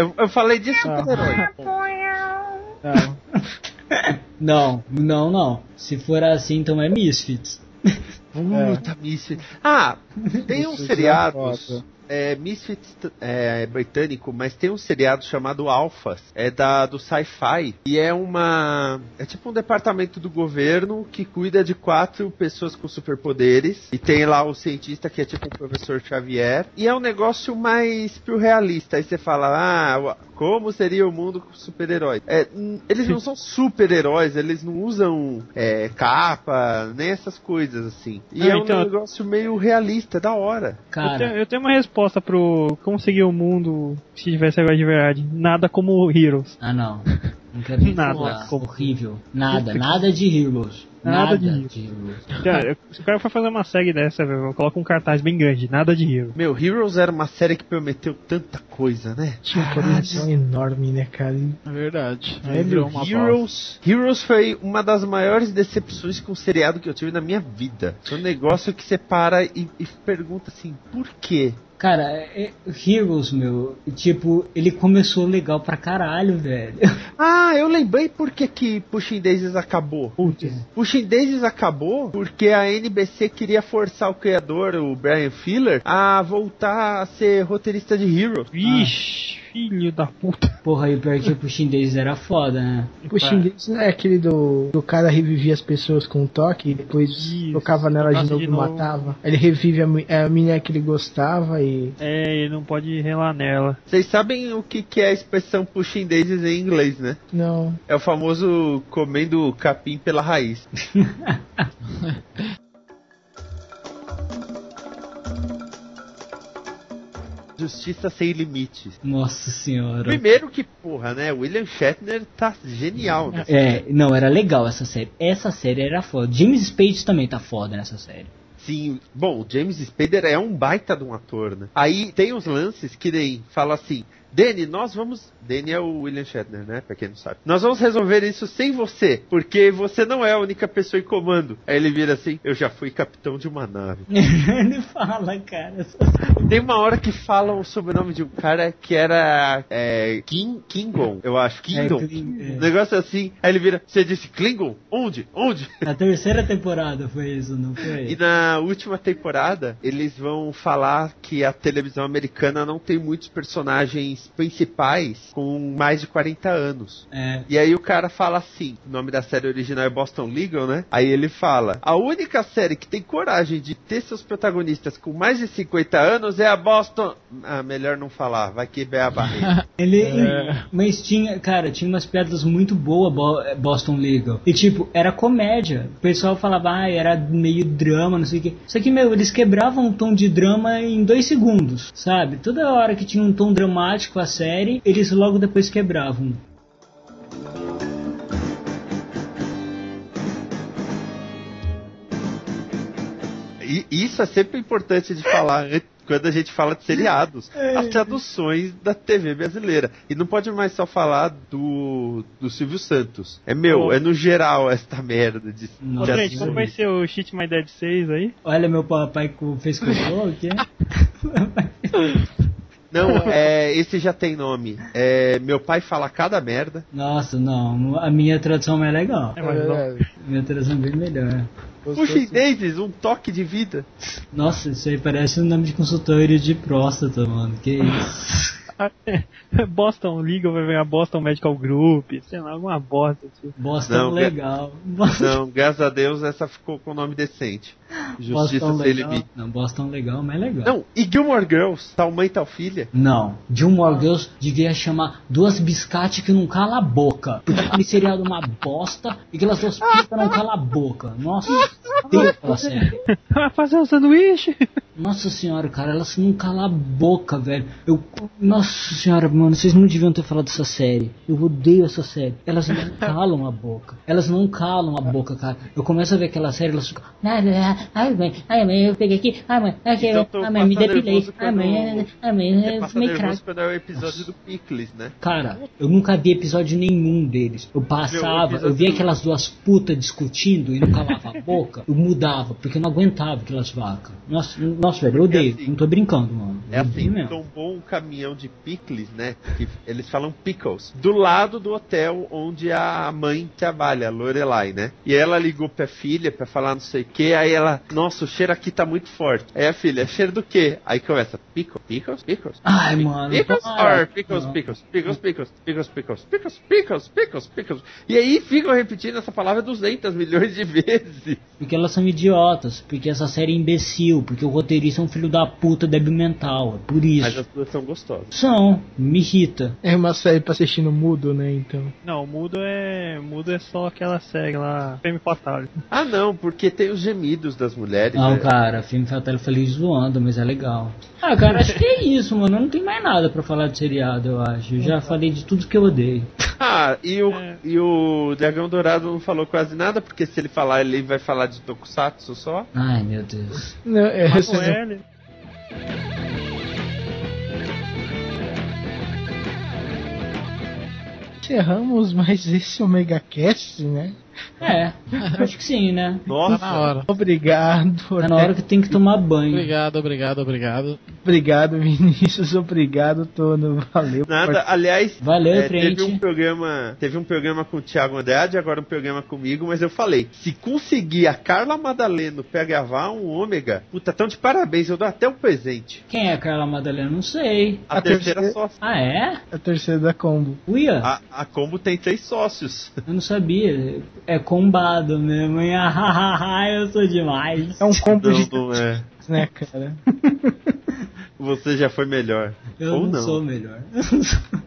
é.
Eu, eu falei de super-herói. ponto.
Não.
Não, não, não. Se for assim, então é Misfits.
Puta, Misfits. Ah, *laughs* tem um
Misfits é
seriado.
foda.
É, Misfits t- é britânico, mas tem um seriado chamado Alphas. É da, do Sci-Fi. E é uma. É tipo um departamento do governo que cuida de quatro pessoas com superpoderes. E tem lá o cientista que é tipo o professor Xavier. E é um negócio mais pro realista. Aí você fala, ah, ua- como seria o mundo com super-heróis? É, hum, eles
*laughs*
não são super-heróis, eles não usam é, capa, nem essas coisas assim. E
Ah,
é um
então-
negócio meio realista, da hora.
Eu, tenho,
Cara,
eu tenho uma resposta pro como seguir o mundo se tivesse agora de verdade. Nada
*laughs*
como Heroes.
ah não. Não quero nem
*laughs* Nada,
falar.
como-
Horrível. Nada, nada de Heroes.
Nada
Nada,
de
de Heroes.
Cara, se o cara for fazer uma série dessa, velho, coloca um cartaz bem grande, nada de Heroes.
Meu, Heroes era uma série que prometeu tanta coisa, né?
Tinha uma produção enorme, né, cara? E-
É verdade. Aí virou
Velho,
uma bosta.
Heroes, Heroes foi uma das maiores decepções com o seriado que eu tive na minha vida. Foi um negócio que você para e, e pergunta assim, por quê?
Cara, é- é- Heroes, meu, tipo, ele começou legal pra caralho,
*laughs*
velho.
Ah, eu lembrei por que que Pushing Daisies acabou.
Putz.
Pushing Daisies acabou porque a NBC queria forçar o criador, o Brian Filler, a voltar a ser roteirista de Heroes.
Vixe, filho da puta.
Porra, e pior é que o Pushing Days era foda, né?
O
Tá.
Xinguês não é aquele do, do cara revivia as pessoas com um toque e depois
Isso,
tocava nelas de
tocasse
novo
de
e
novo.
matava. Ele revive a, mu- a menina que ele gostava e.
É, ele não pode relar nela.
Vocês sabem o que, que é a expressão Pushing Daisies em inglês, né?
Não.
É o famoso comendo capim pela raiz. *laughs* Justiça sem limites.
Nossa senhora.
Primeiro que, porra, né? William Shatner tá genial. Né?
É, não, era legal essa série. Essa série era foda. James Spade também tá foda nessa série. *laughs*
Sim, bom, o James Spader é um baita de um ator, né? Aí tem os lances que nem fala assim: Danny, nós vamos. Danny é o William Shatner, né? Pra quem não sabe. Nós vamos resolver isso sem você, porque você não é a única pessoa em comando. Aí ele vira assim: Eu já fui capitão de uma nave.
Ele fala, cara.
Tem uma hora que falam o sobrenome de um cara que era é, King, Kingon, eu acho. Kingon.
É, Kling- é.
Um negócio assim. Aí ele vira, você disse Klingon? Onde? Onde?
Na terceira temporada foi isso, não foi?
E na última temporada, eles vão falar que a televisão americana não tem muitos personagens principais com mais de 40 anos.
É,
E aí o cara fala assim, o nome da série original é Boston Legal, né? Aí ele fala, a única série que tem coragem de ter seus protagonistas com mais de 50 anos é a Boston... Ah, melhor não falar, vai quebrar a barriga.
ele, mas tinha, cara, tinha umas piadas muito boas Bo- Boston Legal. E tipo, era comédia. O pessoal falava, ah, era meio drama, não sei o que. Só que, meu, eles quebravam o tom de drama em dois segundos, sabe? Toda hora que tinha um tom dramático a série, eles logo depois quebravam.
e isso é sempre importante de falar an- quando a gente fala de seriados. As traduções da TV brasileira. E não pode mais só falar do, do Silvio Santos. É meu,
Pô.
é no geral esta merda de...
Nossa,
Ô,
Já
Dredd,
vi
como
isso.
vai ser o Shit My Dead 6 aí?
Olha, meu papai co- fez cocô, o quê?
Não, é, esse já tem nome. É, meu pai fala cada merda.
Nossa, não, a minha tradução é mais legal.
É, mas não.
Minha tradução é bem melhor.
Puxa Daisies, um toque de vida.
Nossa, isso aí parece um nome de consultório de próstata, mano. Que isso?
*laughs* Boston League vai ganhar Boston Medical Group, sei lá, alguma bosta. Assim.
Boston é
Não,
legal.
Não, graças a Deus essa ficou com nome decente. Justiça
Boston
sem
um legal.
limite.
Não, Boston legal, mas legal.
Não, e Gilmore Girls, tal mãe, tal filha?
Não, Gilmore Girls devia chamar duas biscate que não cala a boca. Porque aquele seriado é uma bosta e aquelas duas *laughs* pistas não cala a boca. Nossa, odeio aquela série.
*laughs* Vai fazer um sanduíche? *laughs*
Nossa senhora, cara, elas não calam a boca, velho. Eu, nossa senhora, mano, vocês não deviam ter falado dessa série. Eu odeio essa série.
*laughs*
Elas não calam a boca. Elas não calam a boca, cara. Eu começo a ver aquela série, elas ficam.
Ai, ai, ai, mãe, ai, mãe, eu peguei aqui, ai, mãe, ai,
Então tô
ai, mãe, me
passando
depilei,
nervoso
ai, mãe,
quando-
ai, mãe,
Você
eu
passa
fumei crack.
nervoso quando é o episódio do Pickles, né?
Cara, eu nunca vi episódio nenhum deles. Eu
Meu,
passava,
episódio
eu via
do-
aquelas duas putas discutindo e
*laughs*
não calava a boca. Eu mudava, porque eu não aguentava aquelas vacas. Nossa, nossa velho, eu
Porque
odeio.
assim-
não tô brincando, mano.
É
Eu odeio
assim,
mesmo.
tombou um caminhão de pickles, né? Que eles falam pickles. Do lado do hotel onde a mãe trabalha, a Lorelai, né? E ela ligou pra filha pra falar não sei o que. Aí ela, nossa, o cheiro aqui tá muito forte. Aí a filha, "É cheiro do quê? Aí começa, pickles, pickles, pickles.
Ai, mano.
Pickles,
para.
or pickles,
Ah, Não.
pickles, pickles, pickles, pickles, pickles, pickles, pickles, pickles, pickles. E aí ficam repetindo essa palavra 200 milhões de *laughs* vezes.
Porque elas são idiotas, porque essa série é imbecil, porque o roteirista é um filho da puta débil mental. É por
Mas
isso.
as duas são gostosas.
São, me irrita.
É uma série pra assistir no mudo, né? Então.
Não, mudo é. Mudo é só aquela série lá, Femme Fatale.
Ah, não, porque tem os gemidos das mulheres.
Não,
né?
cara, filme Fatal eu falei zoando, mas é legal. Ah, cara, acho que é isso, mano. Eu não tenho mais nada pra falar de seriado, eu acho. Eu já falei de tudo que eu odeio.
Ah, e o,
É.
e o Dragão Dourado não falou quase nada, porque se ele falar, ele vai falar de Tokusatsu só.
Ai, meu Deus.
Não, é,
Com
essa-
ele.
encerramos mais esse Omega Cast, né?
*laughs*
É, acho que sim, né?
Tá na
Nossa,
hora.
Obrigado,
Tá
é.
na hora que tem que tomar banho.
Obrigado, obrigado, obrigado.
obrigado, Vinícius, obrigado, Tono, valeu.
nada. Aliás,
Valeu,
é,
frente.
teve um programa, teve um programa com o Thiago Andrade, agora um programa comigo, mas eu falei, se conseguir a Carla Madaleno pra gravar um ômega, puta, tão de parabéns, eu dou até um presente.
Quem é a Carla Madalena? Não sei.
A,
A
terceira,
terceira-
sócia.
Ah, é?
A terceira da combo.
Uia,
A, a Combo tem três sócios.
eu não sabia. É combado mesmo, hein? *laughs* Ah, ah, ah, eu sou demais.
É um combo
*laughs*
de
não é.
três, né, cara?
Você já foi melhor.
Eu
Ou
não,
não.
sou melhor.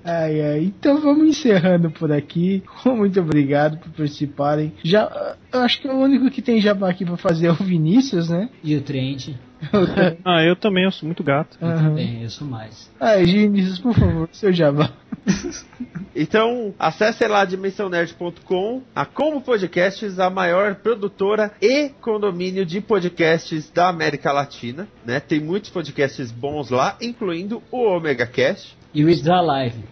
Ai, ai. Então vamos encerrando por aqui. *laughs* Muito obrigado por participarem. Já, eu acho que é o único que tem jabá aqui pra fazer é o
*laughs*
Vinícius, né?
E o Trent?
Ah, eu também, eu sou muito gato.
Uhum.
Bem, eu sou mais.
Ai, Vinícius, por favor, seu jabá.
Então, acesse lá dimensãonerd.com, a Combo Podcasts, a maior produtora e condomínio de podcasts da América Latina, né? Tem muitos podcasts bons lá, incluindo o Omega Cast
E o It's Alive.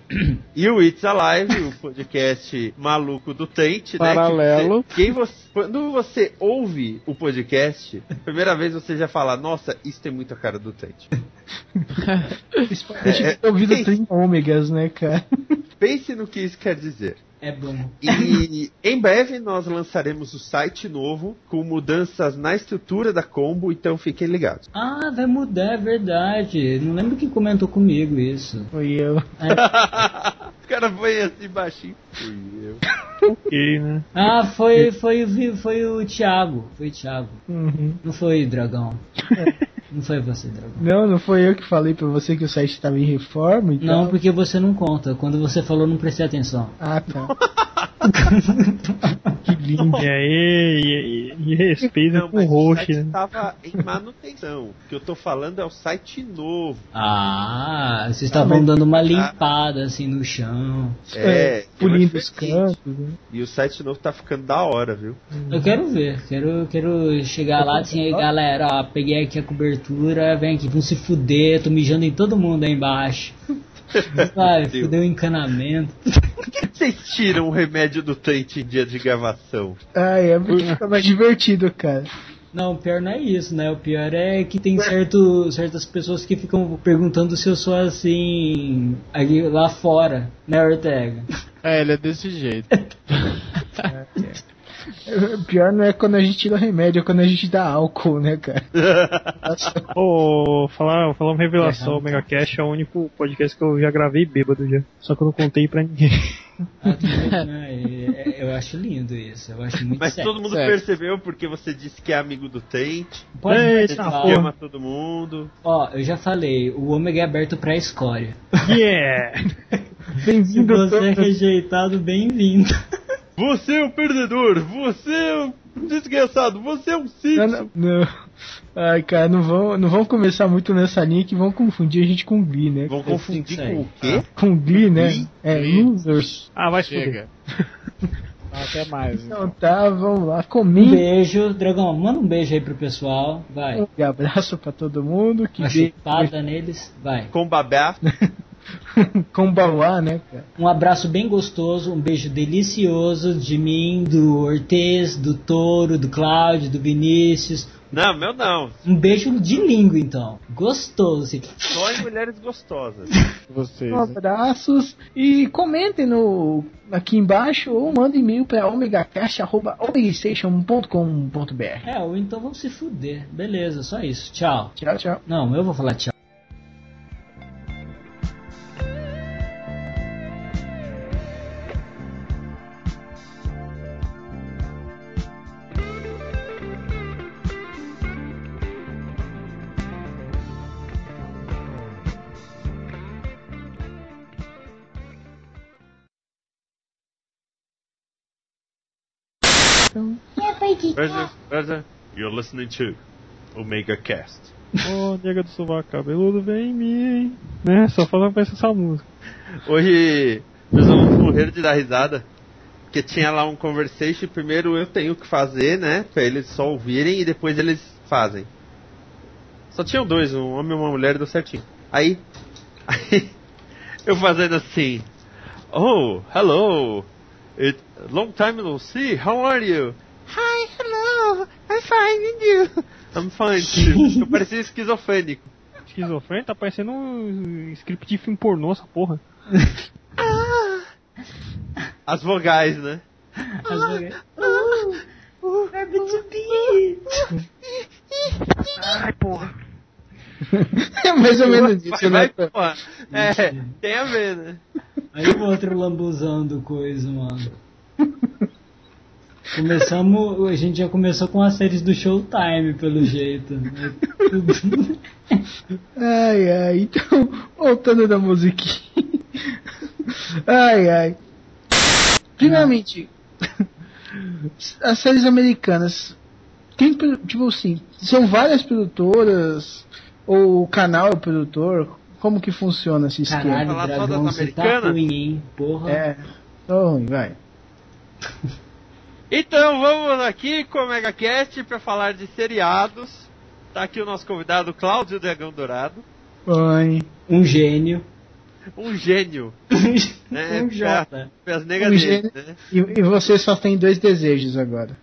e o It's Alive, o podcast *laughs* maluco do Tente, né?
Paralelo.
Que você- quem você- quando você ouve o podcast, primeira vez você já fala, nossa, isso tem muito a cara do Tente.
Principalmente
É, é.
ter ouvido 30 ômegas, né, cara?
Pense no que isso quer dizer.
É bom.
E em breve nós lançaremos o site novo com mudanças na estrutura da combo, então fiquem ligados.
Ah, vai mudar, é verdade. Não lembro quem comentou comigo isso.
Foi eu.
o cara foi assim baixinho. Fui eu.
Ok, né?
Ah, foi, foi, o Vi- foi o Thiago. Foi o Thiago.
Uhum.
Não foi Dragão. Não foi você, Dragão.
Não, não foi eu que falei pra você que o site tava em reforma e
Não,
tal?
porque você não conta. Quando você falou, não prestei atenção.
*laughs*
Ah, tá. que lindo.
E aí, e, e, e respeita
Não,
com o
mas o
Roche,
site
né?
estava em manutenção. O que eu tô falando é o site novo.
Ah, vocês estavam dando uma limpada assim no chão.
É,
Pulindo
eu
os
achei-
cantos, né?
E o site novo tá ficando da hora, viu?
Eu quero ver, quero, quero chegar lá assim, aí galera, ó, peguei aqui a cobertura, vem aqui, vão se fuder, tô mijando em todo mundo aí embaixo. Sabe,
Deus.
fudeu o encanamento.
*laughs* Vocês tiram o remédio do Tente em dia de gravação.
Ah, é porque fica
*laughs*
mais divertido, cara.
Não, o pior não é isso, né? O pior é que tem certo, certas pessoas que ficam perguntando se eu sou assim aí lá *laughs* fora, né, Ortega?
*laughs*
É, ele é desse jeito.
O pior não é quando a gente tira remédio, é quando a gente dá álcool, né, cara?
Ô, falar, falar uma revelação, o Megacast é o único podcast que eu já gravei bêbado já. Só que eu não contei pra ninguém. *laughs*
Ah, tudo bem, né? É, é, Eu acho lindo isso, eu acho muito
Mas
sexy.
todo mundo
certo.
percebeu porque você disse que é amigo do Tate,
Pode
Ei,
é
ver,
essa
tá?
porra.
ama todo mundo.
Ó, eu já falei, o ômega é aberto pra escória.
Yeah!
*laughs* Se
Bem-vindo
*laughs*
a
você é
todos.
rejeitado, bem-vindo.
Você é um perdedor, você é um desgraçado, você é um
Não,
sítio.
não, não. Ai, cara, não vão, não vão começar muito nessa linha que vão confundir a gente com Glee, né?
Vão confundir
Sim,
com o quê?
Com Glee, né?
Glee?
É,
Glee.
losers.
Ah, vai se fuder.
Chega. Até mais.
Então
Então.
tá, vamos lá.
Um
Comigo.
beijo, dragão, manda um beijo aí pro pessoal, vai.
Um abraço pra todo mundo. Que
Uma
beijo.
chupada neles, vai.
Com *laughs* babá.
Com Bauá, né, cara?
Um abraço bem gostoso, um beijo delicioso de mim, do Ortez, do Touro, do Cláudio, do Vinícius.
Não, meu não.
Um beijo de língua, então. Gostoso.
Só em mulheres gostosas.
Vocês.
Um abraços. E comentem no, aqui embaixo ou mandem e-mail pra omegacast.com.br.
É, ou então vamos se fuder. Beleza, só isso. Tchau.
Tchau, tchau. *laughs*
Não, eu vou falar tchau.
Minha pai de
Roger, Roger, you're listening to Omega Cast.
Ô, nega do sovaco cabeludo, vem em mim. Né? Só falta pra essa música.
Hoje nós vamos morrer de dar risada. Porque tinha lá um conversation. Primeiro eu tenho que fazer, né? Pra eles só ouvirem e depois eles fazem. Só tinham dois, um homem e uma mulher, deu certinho. Aí. Aí. *laughs* Eu fazendo assim. Oh, hello. It, long time no see. How are you? Hi, hello. I'm fine and you. I'm fine too. Eu parecia esquizofrênico.
Esquizofrênico, tá parecendo um script de filme pornô, essa porra.
As vogais, né?
É mais ou menos isso,
Vai,
né?
vai, porra. É, tem a ver, né?
Aí o outro lambuzão do coisa, mano. Começamos, a gente já começou com as séries do Showtime, pelo jeito.
*laughs*
né? Tudo-
Ai, ai, então, voltando da musiquinha. Ai, ai. Primeiramente, as séries americanas. Tem, pro- tipo assim, são várias produtoras, ou o canal é o produtor, como que funciona esse esquema?
Caralho,
Falar só
dragão,
das
você tá
americanas?
ruim, hein? Porra.
É, tô ruim, vai.
Então vamos aqui com o MegaCast para falar de seriados. Tá aqui o nosso convidado, Cláudio Dragão Dourado.
Oi.
Um gênio.
Um gênio. *laughs* Né?
um Jota.
As negas
Um
dele, né?
E, e você só tem dois desejos agora.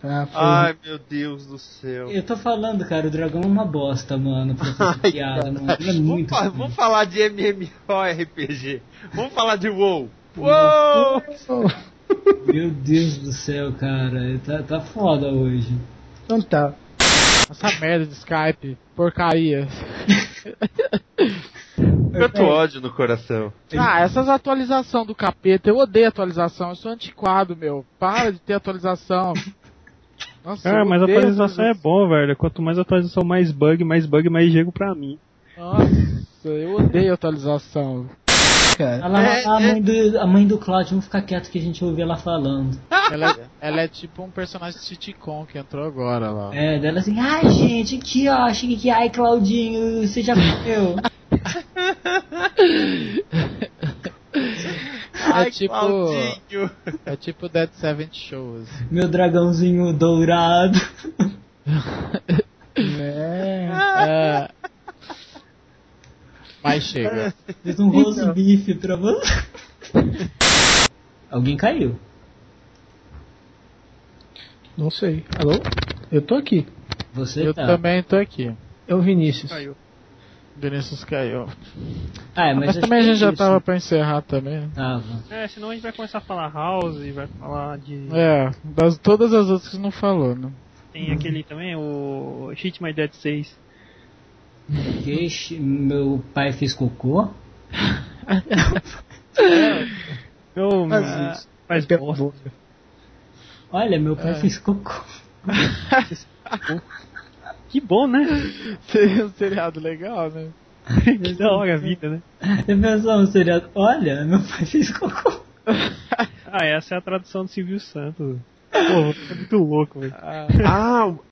Tá, foi.
Ai meu Deus do céu.
Eu tô falando, cara, o dragão é uma bosta, mano, pra
*laughs*
fazer piada, mano. Ele é
Vamos,
muito.
fa-
ruim.
vamos falar de MMORPG. Vamos falar de WoW. WoW!
Meu Deus do céu, cara. Tá, tá foda hoje.
Então tá.
Essa merda de Skype, porcaria.
Quanto ódio no coração.
Ah, essas atualizações do capeta, eu odeio atualização, eu sou antiquado, meu. Para de ter atualização. Nossa,
Cara,
eu
mas a
odeio
atualização é bom, velho. Quanto mais atualização, mais bug, mais bug, mais jogo pra mim.
Nossa, eu odeio atualização.
Cara.
Olha lá,
É,
a,
é.
mãe do, a mãe do Cláudio, vamos ficar quieto que a gente ouve ela falando.
Ela é, ela é tipo um personagem de sitcom que entrou agora lá.
É, dela assim, ai gente, aqui ó, chega aqui, ai Claudinho, você
*laughs*
já comeu?
É tipo,
Claudinho.
é tipo Dead Seventh assim. Shows.
Meu dragãozinho
*laughs*
dourado.
É.
*laughs* É... Mas chega.
Fiz um
Então.
roast bife
*laughs*
pra você. Alguém caiu.
Não sei. Alô? Eu tô aqui.
Você
Eu
tá.
também tô aqui.
É o Vinícius.
Vinícius caiu.
Ah, é,
Mas,
mas, acho
também a
que é
gente já
isso.
tava pra encerrar também.
Tava.
É, senão a gente vai começar a falar House, vai falar de.
É, das todas as outras que não falou, né?
Tem aquele também, o Cheat My Dead 6.
Queixe, meu pai fez cocô.
Eu,
Faz
ah,
isso.
faz
Pela
bosta.
boca.
Olha, meu pai fez cocô. *laughs*
Que bom, né?
Seria um seriado legal, né?
*laughs* que da hora a vida, né?
Eu pensava um seriado. Olha, meu pai fez cocô.
Ah, essa é a tradução do Silvio Santos. Pô, é muito louco, velho.
Ah,